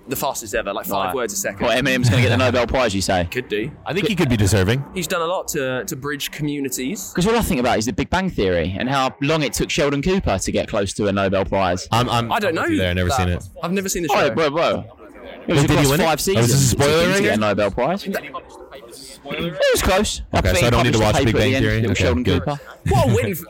[SPEAKER 1] the fastest ever, like five
[SPEAKER 2] Right.
[SPEAKER 1] words a second.
[SPEAKER 2] Well, Eminem's going to get the Nobel Prize, you say?
[SPEAKER 1] Could do.
[SPEAKER 3] I think he could be deserving.
[SPEAKER 1] He's done a lot to, to bridge communities.
[SPEAKER 2] Because all I think about is the Big Bang Theory and how long it took Sheldon Cooper to get close to a Nobel Prize.
[SPEAKER 3] I'm, I'm,
[SPEAKER 1] I don't know.
[SPEAKER 3] I'm with you There, I've never
[SPEAKER 1] that.
[SPEAKER 3] seen it.
[SPEAKER 1] I've never seen the show.
[SPEAKER 2] Oh, bro, bro. It was
[SPEAKER 3] Did he
[SPEAKER 2] across
[SPEAKER 3] win it?
[SPEAKER 2] five
[SPEAKER 3] Oh, is
[SPEAKER 2] seasons.
[SPEAKER 3] this a spoiler
[SPEAKER 2] it took him
[SPEAKER 3] right
[SPEAKER 2] to
[SPEAKER 3] here?
[SPEAKER 2] get a Nobel Prize. It was close.
[SPEAKER 3] Okay, so I don't need to watch Big Bang Theory.
[SPEAKER 2] Little
[SPEAKER 3] Okay,
[SPEAKER 2] Sheldon
[SPEAKER 3] good.
[SPEAKER 2] Cooper.
[SPEAKER 1] What a win! For,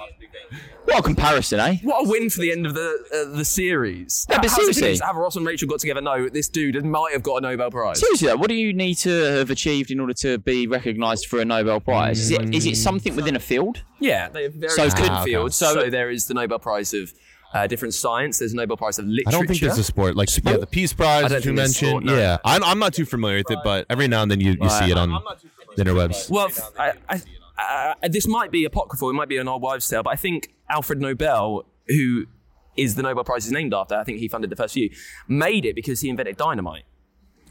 [SPEAKER 2] What a comparison, eh?
[SPEAKER 1] what a win for the end of the uh, the series.
[SPEAKER 2] No, but
[SPEAKER 1] How's it
[SPEAKER 2] seriously.
[SPEAKER 1] finished? Have Ross and Rachel got together? No, this dude might have got a Nobel Prize.
[SPEAKER 2] Seriously, though, what do you need to have achieved in order to be recognised for a Nobel Prize? Is it, is it something within a field?
[SPEAKER 1] Yeah, they have very
[SPEAKER 2] So
[SPEAKER 1] so
[SPEAKER 2] could-
[SPEAKER 1] good
[SPEAKER 2] Ah, okay.
[SPEAKER 1] fields.
[SPEAKER 2] So-
[SPEAKER 1] So, there is the Nobel Prize of uh, different science. There's a Nobel Prize of
[SPEAKER 3] I
[SPEAKER 1] literature.
[SPEAKER 3] don't think there's a sport like yeah, the Peace Prize
[SPEAKER 1] don't
[SPEAKER 3] that you
[SPEAKER 1] think there's
[SPEAKER 3] mentioned.
[SPEAKER 1] sport, no.
[SPEAKER 3] Yeah, I'm, I'm not too familiar with it, but every now and then you, you see it on the interwebs.
[SPEAKER 1] Well, f- I, I, I, this might be apocryphal. It might be an old wives' tale, but I think Alfred Nobel, who is the Nobel Prize is named after, I think he funded the first few, made it because he invented dynamite.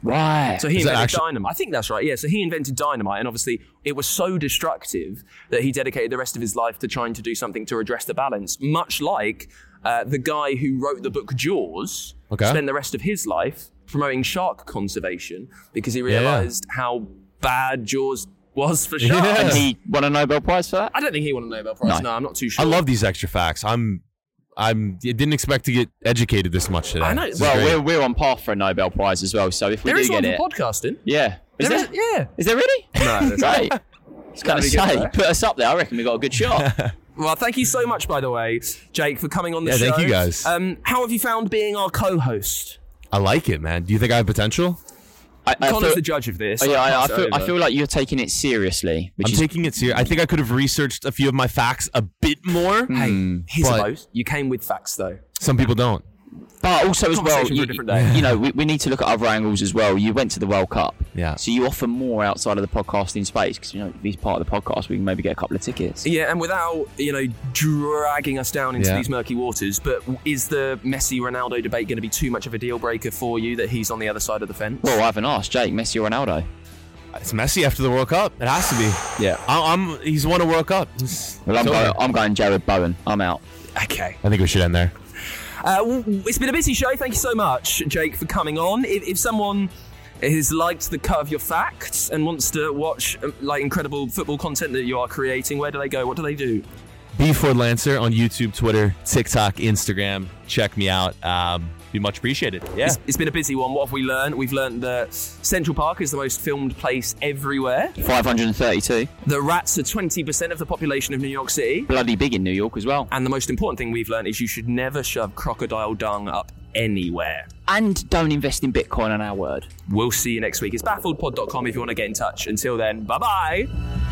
[SPEAKER 2] Right.
[SPEAKER 1] So he
[SPEAKER 3] Is that
[SPEAKER 1] invented
[SPEAKER 3] actually-
[SPEAKER 1] dynamite. I think that's right. Yeah. So he invented dynamite, and obviously it was so destructive that he dedicated the rest of his life to trying to do something to redress the balance. Much like uh, the guy who wrote the book Jaws
[SPEAKER 3] Okay.
[SPEAKER 1] spent the rest of his life promoting shark conservation because he
[SPEAKER 3] yeah.
[SPEAKER 1] realised how bad Jaws was for
[SPEAKER 3] [laughs] Yeah.
[SPEAKER 1] sharks.
[SPEAKER 2] and he won a Nobel Prize for that?
[SPEAKER 1] I don't think he won a Nobel Prize.
[SPEAKER 2] No.
[SPEAKER 1] No, I'm not too
[SPEAKER 3] I
[SPEAKER 1] sure.
[SPEAKER 3] love these extra facts. I'm I'm I didn't expect to get educated this much today.
[SPEAKER 1] I know.
[SPEAKER 3] This is
[SPEAKER 2] Well,
[SPEAKER 3] great.
[SPEAKER 2] we're, we're on par for a Nobel Prize as well, so if we
[SPEAKER 1] There
[SPEAKER 2] do
[SPEAKER 1] is
[SPEAKER 2] get
[SPEAKER 1] one for
[SPEAKER 2] it.
[SPEAKER 1] podcasting.
[SPEAKER 2] yeah. Is
[SPEAKER 1] There
[SPEAKER 2] there,
[SPEAKER 1] is- yeah.
[SPEAKER 2] is there really?
[SPEAKER 1] No,
[SPEAKER 2] [laughs]
[SPEAKER 1] there's
[SPEAKER 2] Great. It's going to
[SPEAKER 1] That'd be good,
[SPEAKER 2] say,
[SPEAKER 1] right?
[SPEAKER 2] put us up there. I reckon we got a good
[SPEAKER 1] [laughs]
[SPEAKER 2] shot.
[SPEAKER 1] Well, thank you so much, by the way, Jake, for coming on the
[SPEAKER 3] Yeah,
[SPEAKER 1] show.
[SPEAKER 3] thank you guys.
[SPEAKER 1] Um, how have you found being our co-host?
[SPEAKER 3] I like it, man. Do you think I have potential?
[SPEAKER 2] I, I
[SPEAKER 1] Connor's
[SPEAKER 2] feel-
[SPEAKER 1] the judge of this.
[SPEAKER 2] Oh, yeah, I, I,
[SPEAKER 1] I'll pass
[SPEAKER 2] feel,
[SPEAKER 1] it
[SPEAKER 2] I
[SPEAKER 1] over.
[SPEAKER 2] feel like you're taking it seriously, which
[SPEAKER 3] I'm
[SPEAKER 2] is
[SPEAKER 3] taking it serious. I think I could have researched a few of my facts a bit more.
[SPEAKER 1] Hmm.
[SPEAKER 2] hmm,
[SPEAKER 1] Hey, here's
[SPEAKER 3] but-
[SPEAKER 1] a boat. You came with facts, though.
[SPEAKER 3] Some people don't.
[SPEAKER 2] But also as well,
[SPEAKER 1] Conversation for
[SPEAKER 2] you,
[SPEAKER 1] a different day.
[SPEAKER 2] you know, we, we need to look at other angles as well. You went to the World Cup,
[SPEAKER 3] Yeah.
[SPEAKER 2] So you offer more outside of the podcasting space because you know if he's part of the podcast, we can maybe get a couple of tickets.
[SPEAKER 1] Yeah, and without you know dragging us down into
[SPEAKER 3] Yeah.
[SPEAKER 1] these murky waters, but is the Messi Ronaldo debate going to be too much of a deal breaker for you that he's on the other side of the fence?
[SPEAKER 2] Well, I haven't asked Jake, Messi or Ronaldo.
[SPEAKER 3] It's messy after the World Cup. It has to be.
[SPEAKER 2] Yeah.
[SPEAKER 3] I, I'm. He's won a World Cup. It's-
[SPEAKER 2] Well, I'm,
[SPEAKER 3] it's
[SPEAKER 2] going,
[SPEAKER 3] over.
[SPEAKER 2] I'm going Jared Bowen. I'm out.
[SPEAKER 1] okay.
[SPEAKER 3] I think we should end there.
[SPEAKER 1] Uh, w- w- it's been a busy show. Thank you so much, Jake, for coming on. If, if someone has liked the cut of your facts and wants to watch um, like incredible football content that you are creating, where do they go? What do they do?
[SPEAKER 3] B4 Lancer on YouTube, Twitter, TikTok, Instagram. Check me out. Um, be much appreciated. Yeah.
[SPEAKER 1] It's- it's been a busy one. What have we learned? We've learned that Central Park is the most filmed place everywhere.
[SPEAKER 2] 532.
[SPEAKER 1] The rats are 20% of the population of New York City.
[SPEAKER 2] Bloody big in New York as well.
[SPEAKER 1] And the most important thing we've learned is you should never shove crocodile dung up anywhere.
[SPEAKER 2] And don't invest in Bitcoin on our word.
[SPEAKER 1] We'll see you next week. It's baffledpod.com if you want to get in touch. Until then, bye bye.